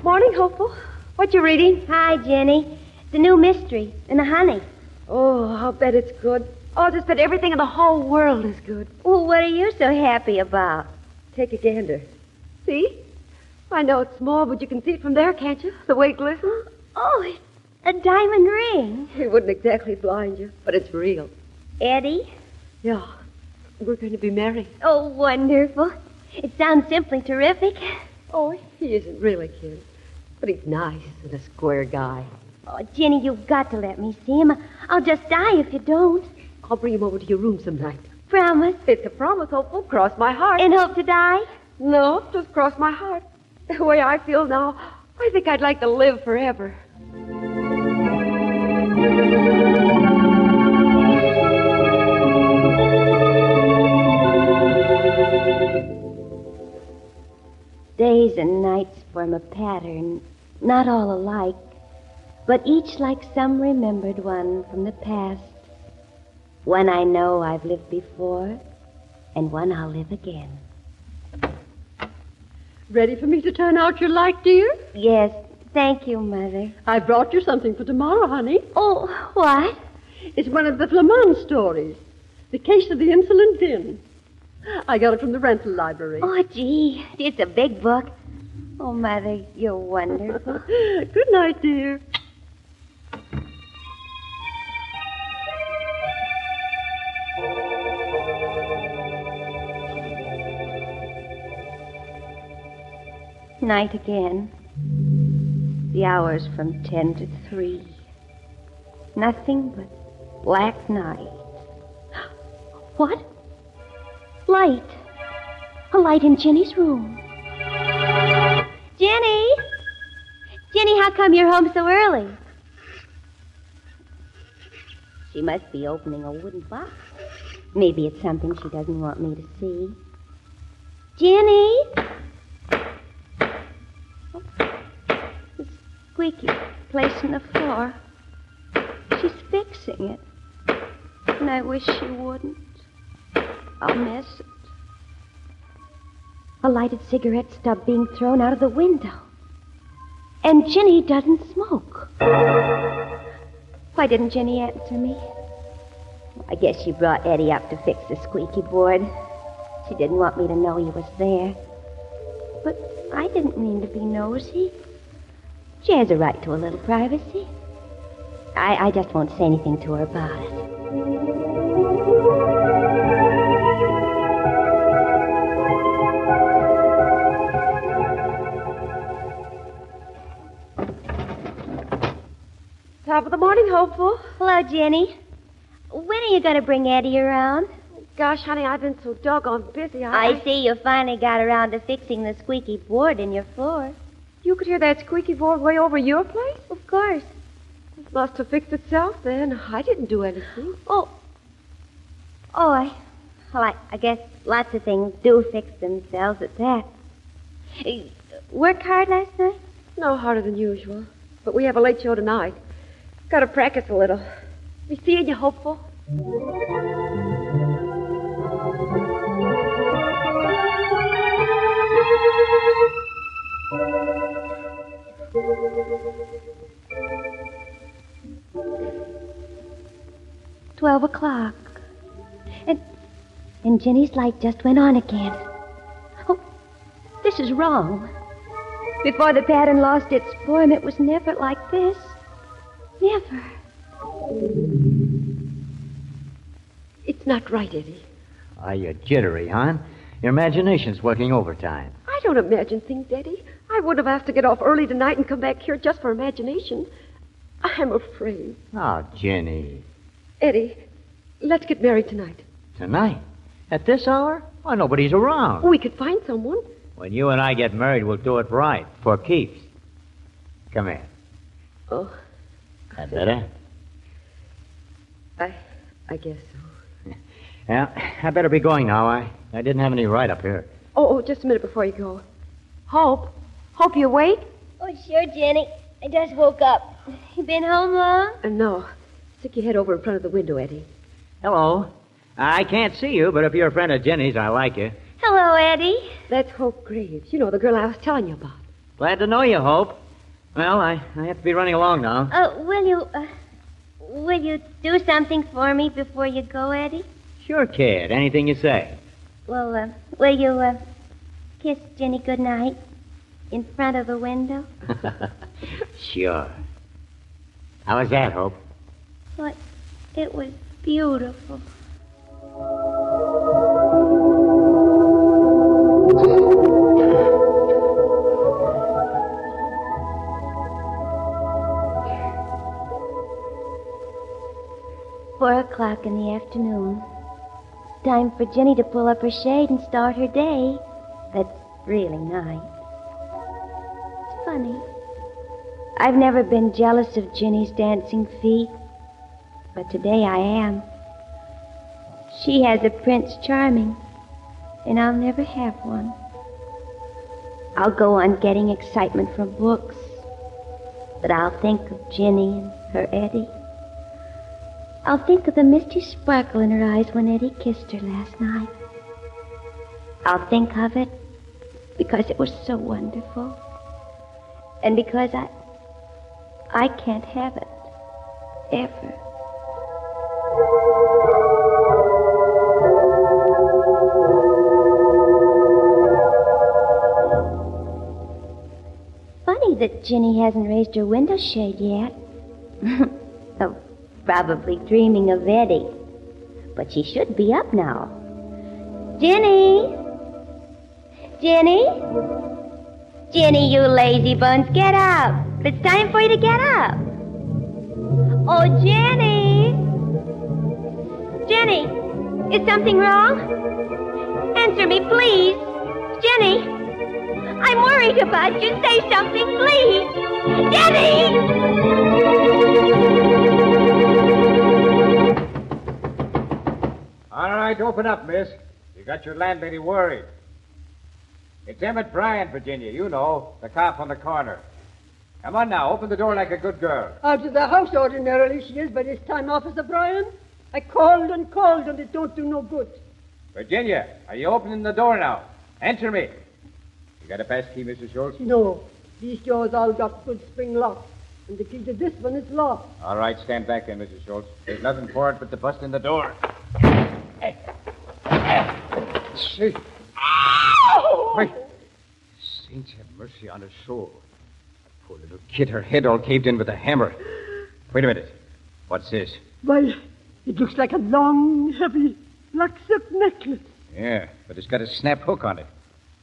Speaker 13: Morning, Hopeful. What you reading?
Speaker 12: Hi, Jenny. The new mystery and the honey.
Speaker 13: Oh, I'll bet it's good. Oh, I'll just bet everything in the whole world is good.
Speaker 12: Well, what are you so happy about?
Speaker 13: Take a gander. See? I know it's small, but you can see it from there, can't you? The way it glistens.
Speaker 12: <gasps> Oh, it's a diamond ring.
Speaker 13: It wouldn't exactly blind you, but it's real.
Speaker 12: Eddie?
Speaker 13: Yeah. We're going to be married.
Speaker 12: Oh, wonderful. It sounds simply terrific.
Speaker 13: Oh, he isn't really cute, but he's nice and a square guy.
Speaker 12: Oh, Jenny, you've got to let me see him. I'll just die if you don't.
Speaker 13: I'll bring him over to your room some night.
Speaker 12: Promise.
Speaker 13: It's a promise, hopeful. Cross my heart.
Speaker 12: And hope to die?
Speaker 13: No, just cross my heart. The way I feel now, I think I'd like to live forever.
Speaker 12: Days and nights form a pattern, not all alike, but each like some remembered one from the past. One I know I've lived before, and one I'll live again.
Speaker 13: Ready for me to turn out your light, dear?
Speaker 12: Yes, thank you, Mother.
Speaker 13: I brought you something for tomorrow, honey.
Speaker 12: Oh, what?
Speaker 13: It's one of the Flamand stories The Case of the Insolent Din. I got it from the rental library.
Speaker 12: Oh, gee, it's a big book. <laughs> Oh, Mother, you're wonderful.
Speaker 13: Good night, dear.
Speaker 12: Night again. The hours from ten to three. Nothing but black night. What? Light. A light in Jenny's room. Jenny! Jenny, how come you're home so early? She must be opening a wooden box. Maybe it's something she doesn't want me to see. Jenny? It's squeaky placed in the floor. She's fixing it. And I wish she wouldn't. I'll miss it. A lighted cigarette stub being thrown out of the window. And Jenny doesn't smoke. Why didn't Jenny answer me? I guess she brought Eddie up to fix the squeaky board. She didn't want me to know he was there. But I didn't mean to be nosy. She has a right to a little privacy. I, I just won't say anything to her about it.
Speaker 13: Top of the morning, hopeful.
Speaker 12: Hello, Jenny. When are you going to bring Eddie around?
Speaker 13: Gosh, honey, I've been so doggone busy. I,
Speaker 12: I see you finally got around to fixing the squeaky board in your floor.
Speaker 13: You could hear that squeaky board way over your place?
Speaker 12: Of course.
Speaker 13: It must have fixed itself then. I didn't do anything.
Speaker 12: Oh. Oh, I. Well, I, I guess lots of things do fix themselves at that. Eh, Work hard last night?
Speaker 13: No harder than usual. But we have a late show tonight. Gotta practice a little. We seeing you hopeful?
Speaker 12: Twelve o'clock. And. And Jenny's light just went on again. Oh, this is wrong. Before the pattern lost its form, it was never like this. Never.
Speaker 13: It's not right, Eddie.
Speaker 14: Are you jittery, hon? Your imagination's working overtime.
Speaker 13: I don't imagine things, Eddie. I wouldn't have asked to get off early tonight and come back here just for imagination. I'm afraid.
Speaker 14: Oh, Jenny.
Speaker 13: Eddie, let's get married tonight.
Speaker 14: Tonight? At this hour? Why, nobody's around.
Speaker 13: We could find someone.
Speaker 14: When you and I get married, we'll do it right. For keeps. Come here.
Speaker 13: Oh,
Speaker 14: That better?
Speaker 13: I, I guess so.
Speaker 14: Yeah, I better be going now. I, I didn't have any right up here.
Speaker 13: Oh, oh, just a minute before you go. Hope, hope you awake?
Speaker 12: Oh, sure, Jenny. I just woke up. You been home long?
Speaker 13: Uh, no. Stick your head over in front of the window, Eddie.
Speaker 14: Hello. I can't see you, but if you're a friend of Jenny's, I like you.
Speaker 12: Hello, Eddie.
Speaker 13: That's Hope Graves. You know, the girl I was telling you about.
Speaker 14: Glad to know you, Hope. Well, I, I have to be running along now.
Speaker 12: Uh, will you, uh, will you do something for me before you go, Eddie?
Speaker 14: Sure, kid. Anything you say. <laughs>
Speaker 12: Well, uh, will you, uh, kiss Jenny goodnight in front of the window?
Speaker 14: Sure. How was that, Hope?
Speaker 12: What? It was beautiful. Four o'clock in the afternoon. Time for Jenny to pull up her shade and start her day. That's really nice. It's funny. I've never been jealous of Jenny's dancing feet, but today I am. She has a Prince Charming, and I'll never have one. I'll go on getting excitement from books, but I'll think of Jenny and her Eddie. I'll think of the misty sparkle in her eyes when Eddie kissed her last night. I'll think of it because it was so wonderful. And because I I can't have it. Ever. Funny that Jenny hasn't raised her window shade
Speaker 15: <laughs>
Speaker 12: yet. oh, probably dreaming of Eddie. But she should be up now. Jenny! Jenny?
Speaker 15: Ginny, you lazy buns, get up. It's time for you to get up. Oh, Jenny! Jenny, is something wrong? Answer me, please. Jenny, I'm worried about you. Say something, please. Jenny!
Speaker 11: All right, open up, miss. You got your landlady worried. It's Emmett Bryant, Virginia. You know, the cop on the corner. Come on now, open the door like a good girl.
Speaker 16: Out of the house ordinarily she is, but this time, Officer Bryan, I called and called and it don't do no good.
Speaker 11: Virginia, are you opening the door now? Answer me. You got a pass key, Mrs. Schultz?
Speaker 16: No, these doors all got good spring locks, and the key to this one is locked.
Speaker 11: All right, stand back there, Mrs. Schultz. There's nothing for it but to bust in the door.
Speaker 17: See.
Speaker 16: Ow!
Speaker 17: Wait. Saints have mercy on her soul. That poor little kid, her head all caved in with a hammer.
Speaker 11: Wait a minute. What's this?
Speaker 16: Why, it looks like a long, heavy black silk necklace.
Speaker 11: Yeah, but it's got a snap hook on it.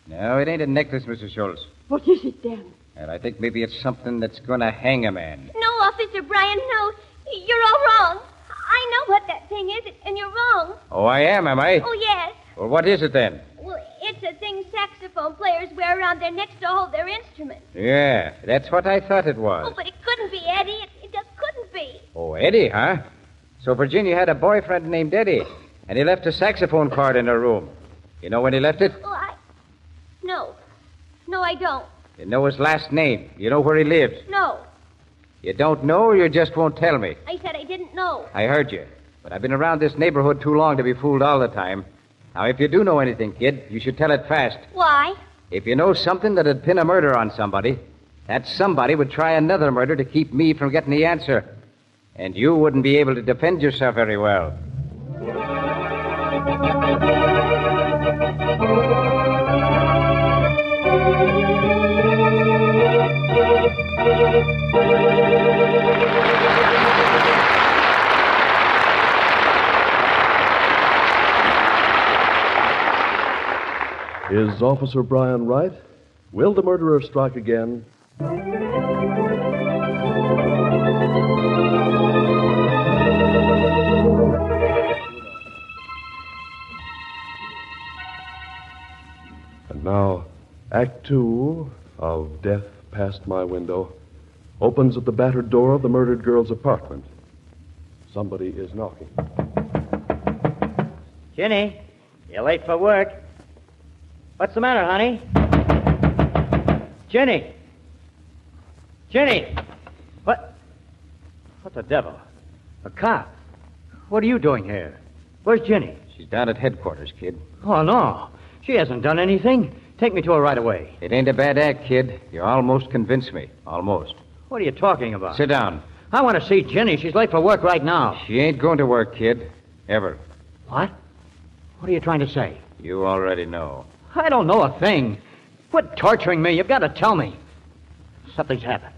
Speaker 11: No, it ain't a necklace, Mrs. Schultz.
Speaker 16: What is it then?
Speaker 11: And I think maybe it's something that's going to hang a man.
Speaker 15: No, Officer Bryan, no. You're all wrong. I know what that thing is, and you're wrong.
Speaker 11: Oh, I am, am I?
Speaker 15: Oh, yes.
Speaker 11: Well, what is it then?
Speaker 15: Well, it's a thing saxophone players wear around their necks to hold their instrument.
Speaker 11: Yeah, that's what I thought it
Speaker 15: Oh,
Speaker 11: was.
Speaker 15: but it couldn't be, Eddie. It, it just couldn't be.
Speaker 11: Oh, Eddie, huh? So Virginia had a boyfriend named Eddie, and he left a saxophone card in her room. You know when he left it?
Speaker 15: Oh, I. No. No, I don't.
Speaker 11: You know his last name. You know where he lives.
Speaker 15: No.
Speaker 11: You don't know, or you just won't tell me.
Speaker 15: I said I didn't know.
Speaker 11: I heard you. But I've been around this neighborhood too long to be fooled all the time. Now, if you do know anything, kid, you should tell it fast.
Speaker 15: Why?
Speaker 11: If you know something that'd pin a murder on somebody, that somebody would try another murder to keep me from getting the answer. And you wouldn't be able to defend yourself very well.
Speaker 10: Is Officer Bryan right? Will the murderer strike again? And now, Act Two of Death Past My Window opens at the battered door of the murdered girl's apartment. Somebody is knocking.
Speaker 18: Ginny, you're late for work. What's the matter, honey? Ginny! Ginny! What? What the devil? A cop? What are you doing here? Where's Ginny?
Speaker 11: She's down at headquarters, kid.
Speaker 18: Oh, no. She hasn't done anything. Take me to her right away.
Speaker 11: It ain't a bad act, kid. You almost convinced me. Almost.
Speaker 18: What are you talking about?
Speaker 11: Sit down.
Speaker 18: I want to see Ginny. She's late for work right now.
Speaker 11: She ain't going to work, kid. Ever.
Speaker 18: What? What are you trying to say?
Speaker 11: You already know.
Speaker 18: I don't know a thing. Quit torturing me. You've got to tell me. Something's happened.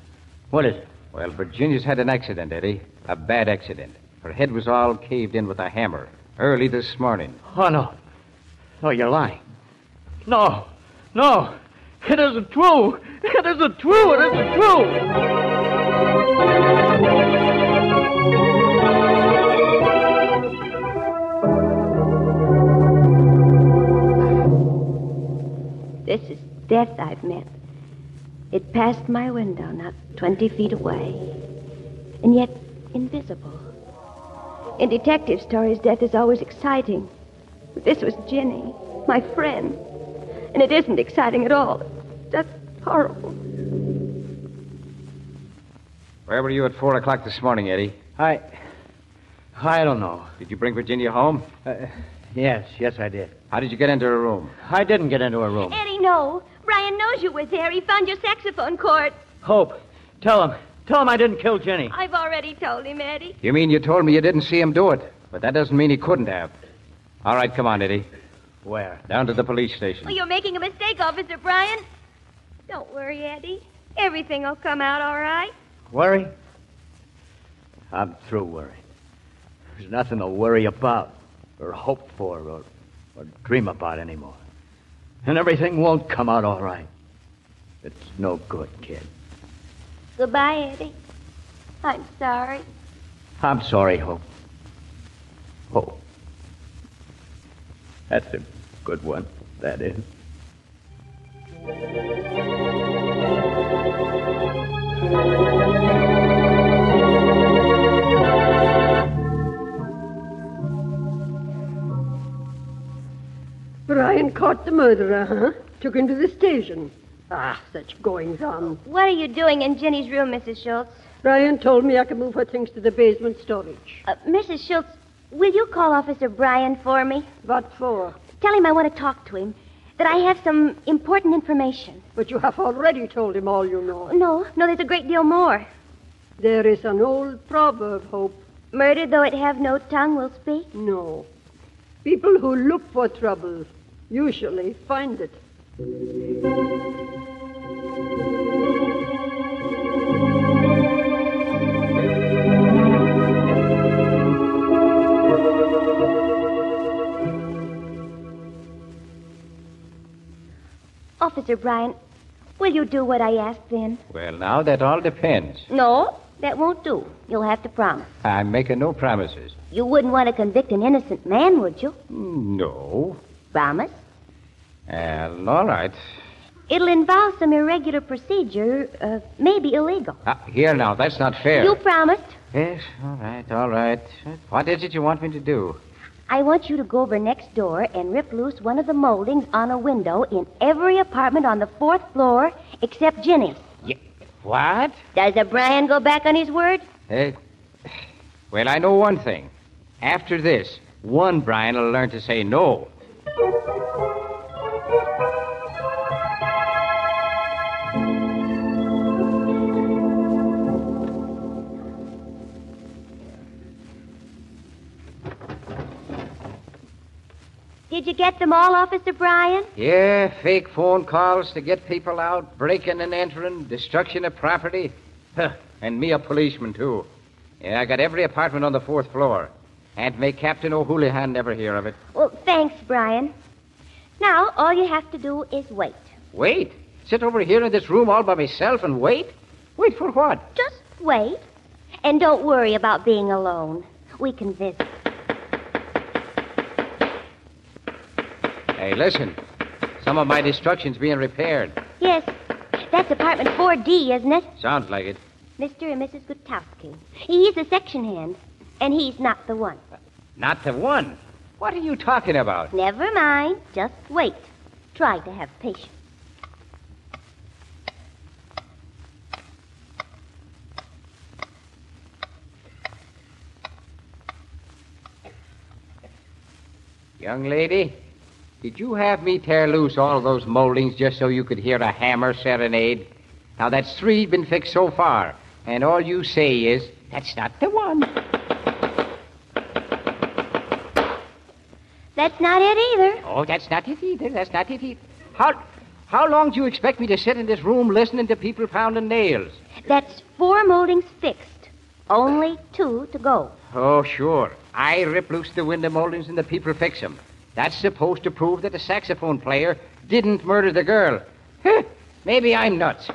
Speaker 18: What is it?
Speaker 11: Well, Virginia's had an accident, Eddie. A bad accident. Her head was all caved in with a hammer early this morning.
Speaker 18: Oh, no. No, Oh, you're lying. No. No. It isn't true. It isn't true. It isn't true.
Speaker 15: This is death I've met. It passed my window, not 20 feet away, and yet invisible. In detective stories, death is always exciting. But This was Ginny, my friend, and it isn't exciting at all. It's just horrible.
Speaker 11: Where were you at four o'clock this morning, Eddie?
Speaker 18: I. I don't know.
Speaker 11: Did you bring Virginia home?
Speaker 18: Uh, yes, yes, I did.
Speaker 11: How did you get into her room?
Speaker 18: I didn't get into her room.
Speaker 15: Eddie, no. Brian knows you were there. He found your saxophone cord.
Speaker 18: Hope, tell him. Tell him I didn't kill Jenny.
Speaker 15: I've already told him, Eddie.
Speaker 11: You mean you told me you didn't see him do it, but that doesn't mean he couldn't have. All right, come on, Eddie.
Speaker 18: Where?
Speaker 11: Down to the police station.
Speaker 15: Well, Oh, you're making a mistake, Officer Bryan. Don't worry, Eddie. Everything will come out all right.
Speaker 18: Worry? I'm through worrying. There's nothing to worry about, or hope for, or, or dream about anymore. And everything won't come out all right.
Speaker 14: It's no good, kid.
Speaker 15: Goodbye, Eddie. I'm sorry.
Speaker 14: I'm sorry, Hope. Hope. That's a good one, that is.
Speaker 16: Brian caught the murderer, huh? Took him to the station. Ah, such goings on.
Speaker 15: What are you doing in Jenny's room, Mrs. Schultz?
Speaker 16: Brian told me I could move her things to the basement storage.
Speaker 15: Uh, Mrs. Schultz, will you call Officer Bryan for me?
Speaker 16: What for?
Speaker 15: Tell him I want to talk to him, that I have some important information.
Speaker 16: But you have already told him all you know.
Speaker 15: No, no, there's a great deal more.
Speaker 16: There is an old proverb, Hope.
Speaker 15: Murder, though it have no tongue, will speak.
Speaker 16: No. People who look for trouble usually find it.
Speaker 15: Officer Bryan, will you do what I ask then?
Speaker 11: Well, now that all depends.
Speaker 15: No, that won't do. You'll have to promise.
Speaker 11: I'm making no promises.
Speaker 15: You wouldn't want to convict an innocent man, would you?
Speaker 11: No.
Speaker 15: Promise?
Speaker 11: Well, all right.
Speaker 15: It'll involve some irregular procedure, uh, maybe illegal.
Speaker 11: Uh, here now, that's not fair.
Speaker 15: You promised.
Speaker 11: Yes, all right, all right. What is it you want me to do?
Speaker 15: I want you to go over next door and rip loose one of the moldings on a window in every apartment on the fourth floor except Jenny's.
Speaker 11: What?
Speaker 15: Does O'Brien go back on his word?
Speaker 11: Eh, well, I know one thing. After this, one Brian will learn to say no.
Speaker 15: Did you get them all, Officer Bryan?
Speaker 11: Yeah, fake phone calls to get people out, breaking and entering, destruction of property. Huh, and me a policeman, too. Yeah, I got every apartment on the fourth floor. And may Captain O'Houlihan never hear of it.
Speaker 15: Well, thanks, Bryan. Now, all you have to do is wait.
Speaker 11: Wait? Sit over here in this room all by myself and wait? Wait for what?
Speaker 15: Just wait. And don't worry about being alone. We can visit.
Speaker 11: Hey, listen. Some of my destruction's being repaired.
Speaker 15: Yes, that's apartment 4D, isn't it?
Speaker 11: Sounds like it.
Speaker 15: Mr. and Mrs. Gutowski. He's a section hand, and he's not the one.
Speaker 11: Not the one. What are you talking about?
Speaker 15: Oh. Never mind. Just wait. Try to have patience.
Speaker 11: Young lady, did you have me tear loose all those moldings just so you could hear a hammer serenade? Now, that's three been fixed so far, and all you say is, that's not the one.
Speaker 15: That's not it either.
Speaker 11: Oh, that's not it either. That's not it either. How, how long do you expect me to sit in this room listening to people pounding nails?
Speaker 15: That's four moldings fixed. Only two to go.
Speaker 11: Oh, sure. I rip loose the window moldings and the people fix 'em. That's supposed to prove that the saxophone player didn't murder the girl. Huh, maybe I'm nuts.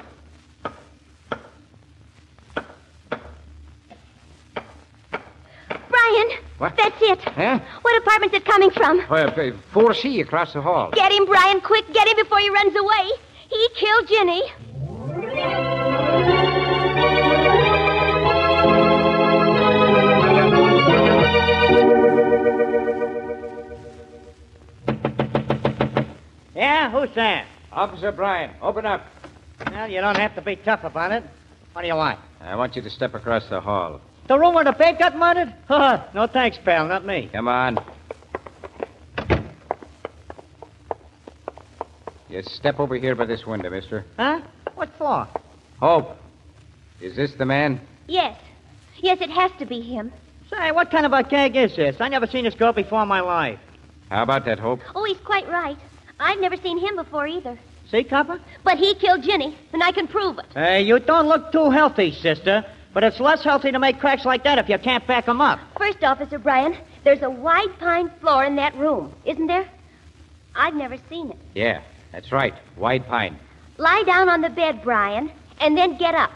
Speaker 15: Brian!
Speaker 11: What?
Speaker 15: That's it.
Speaker 11: Huh?
Speaker 15: What apartment's it coming from?
Speaker 11: Well, uh, 4C across the hall.
Speaker 15: Get him, Brian, quick. Get him before he runs away. He killed Jenny.
Speaker 19: Yeah, who's there?
Speaker 11: Officer Bryan, open up.
Speaker 19: Well, you don't have to be tough about it. What do you want?
Speaker 11: I want you to step across the hall.
Speaker 19: The room where the babe got murdered? no thanks, pal, not me.
Speaker 11: Come on. Just step over here by this window, mister.
Speaker 19: Huh? What for?
Speaker 11: Hope, is this the man?
Speaker 15: Yes. Yes, it has to be him.
Speaker 19: Say, what kind of a gag is this? I never seen this girl before in my life.
Speaker 11: How about that, Hope?
Speaker 15: Oh, he's quite right. I've never seen him before either.
Speaker 19: See, Copper?
Speaker 15: But he killed Jenny, and I can prove it.
Speaker 19: Hey, you don't look too healthy, sister. But it's less healthy to make cracks like that if you can't back 'em up.
Speaker 15: First, Officer Bryan, there's a wide pine floor in that room, isn't there? I've never seen it.
Speaker 11: Yeah, that's right. White pine.
Speaker 15: Lie down on the bed, Brian, and then get up.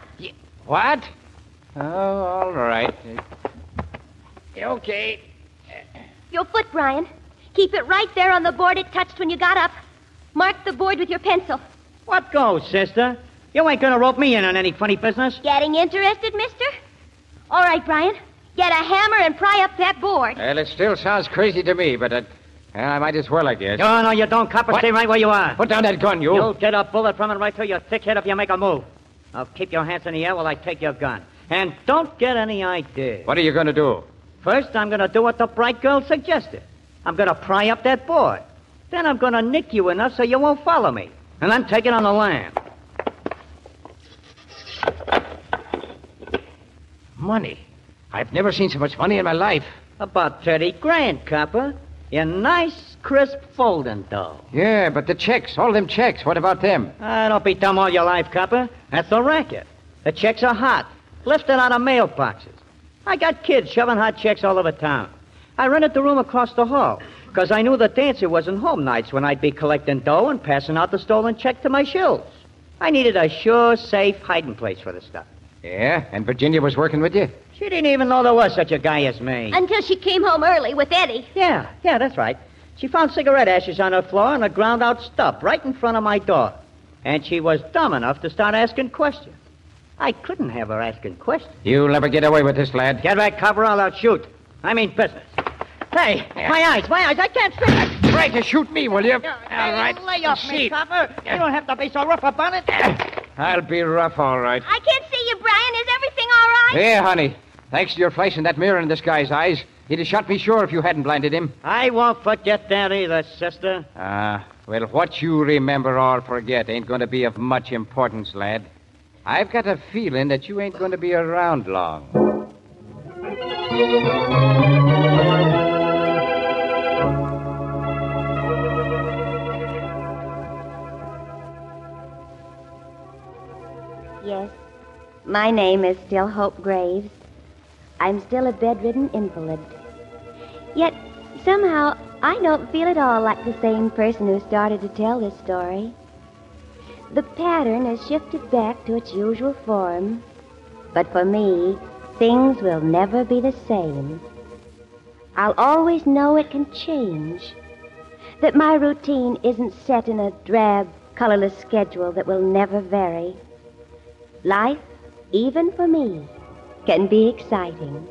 Speaker 11: What? Oh, all right. Okay.
Speaker 15: Your foot, Brian. Keep it right there on the board it touched when you got up. Mark the board with your pencil.
Speaker 18: What go, sister? You ain't gonna rope me in on any funny business.
Speaker 15: Getting interested, mister? All right, Brian. Get a hammer and pry up that board.
Speaker 11: Well, it still sounds crazy to me, but uh, well, I might as well, I guess.
Speaker 18: No, no, you don't, copper.
Speaker 11: What?
Speaker 18: Stay right where you are.
Speaker 11: Put down that gun, you.
Speaker 18: You'll get a bullet from it right through your thick head if you make a move. Now keep your hands in the air while I take your gun. And don't get any idea.
Speaker 11: What are you going to do?
Speaker 18: First, I'm gonna do what the bright girl suggested. I'm gonna pry up that board. Then I'm gonna nick you enough so you won't follow me. And then take it on the land.
Speaker 11: Money. I've never seen so much money in my life.
Speaker 18: About 30 grand, copper. In nice, crisp folding dough.
Speaker 11: Yeah, but the checks, all them checks, what about them?
Speaker 18: Ah, don't be dumb all your life, copper. That's the racket. The checks are hot, lifted out of mailboxes. I got kids shoving hot checks all over town. I rented the room across the hall because I knew the dancer wasn't home nights when I'd be collecting dough and passing out the stolen check to my shills. I needed a sure, safe hiding place for the stuff.
Speaker 11: Yeah, and Virginia was working with you?
Speaker 18: She didn't even know there was such a guy as me.
Speaker 15: Until she came home early with Eddie.
Speaker 18: Yeah, yeah, that's right. She found cigarette ashes on her floor and a ground out stub right in front of my door. And she was dumb enough to start asking questions. I couldn't have her asking questions.
Speaker 11: You'll never get away with this, lad.
Speaker 18: Get back, cover, or I'll outshoot. I mean business. Hey, my eyes, my eyes, I can't see.
Speaker 11: Try to shoot me, will you? All right.
Speaker 18: Lay off me, copper. You don't have to be so rough about it.
Speaker 11: I'll be rough, all right.
Speaker 15: I can't see you, Brian. Is everything all right?
Speaker 11: Here, honey. Thanks to your flash and that mirror in this guy's eyes, he'd have shot me sure if you hadn't blinded him.
Speaker 18: I won't forget that either, sister.
Speaker 11: Ah, well, what you remember or forget ain't going to be of much importance, lad. I've got a feeling that you ain't going to be around long.
Speaker 12: Yes. My name is still Hope Graves. I'm still a bedridden invalid. Yet, somehow, I don't feel at all like the same person who started to tell this story. The pattern has shifted back to its usual form, but for me, things will never be the same. I'll always know it can change, that my routine isn't set in a drab, colorless schedule that will never vary. Life, even for me, can be exciting.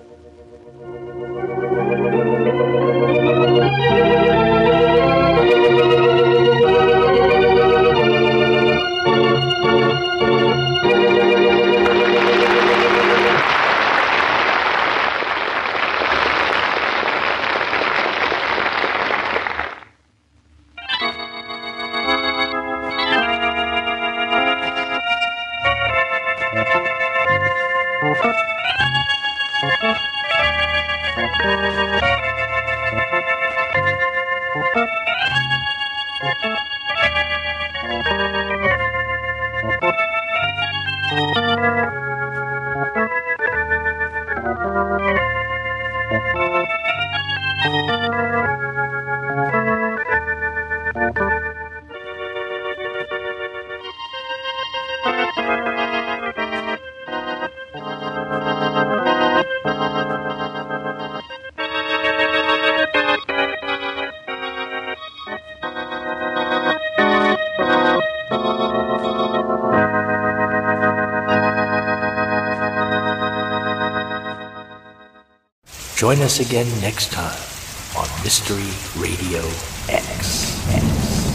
Speaker 20: Join us again next time on Mystery Radio X. X.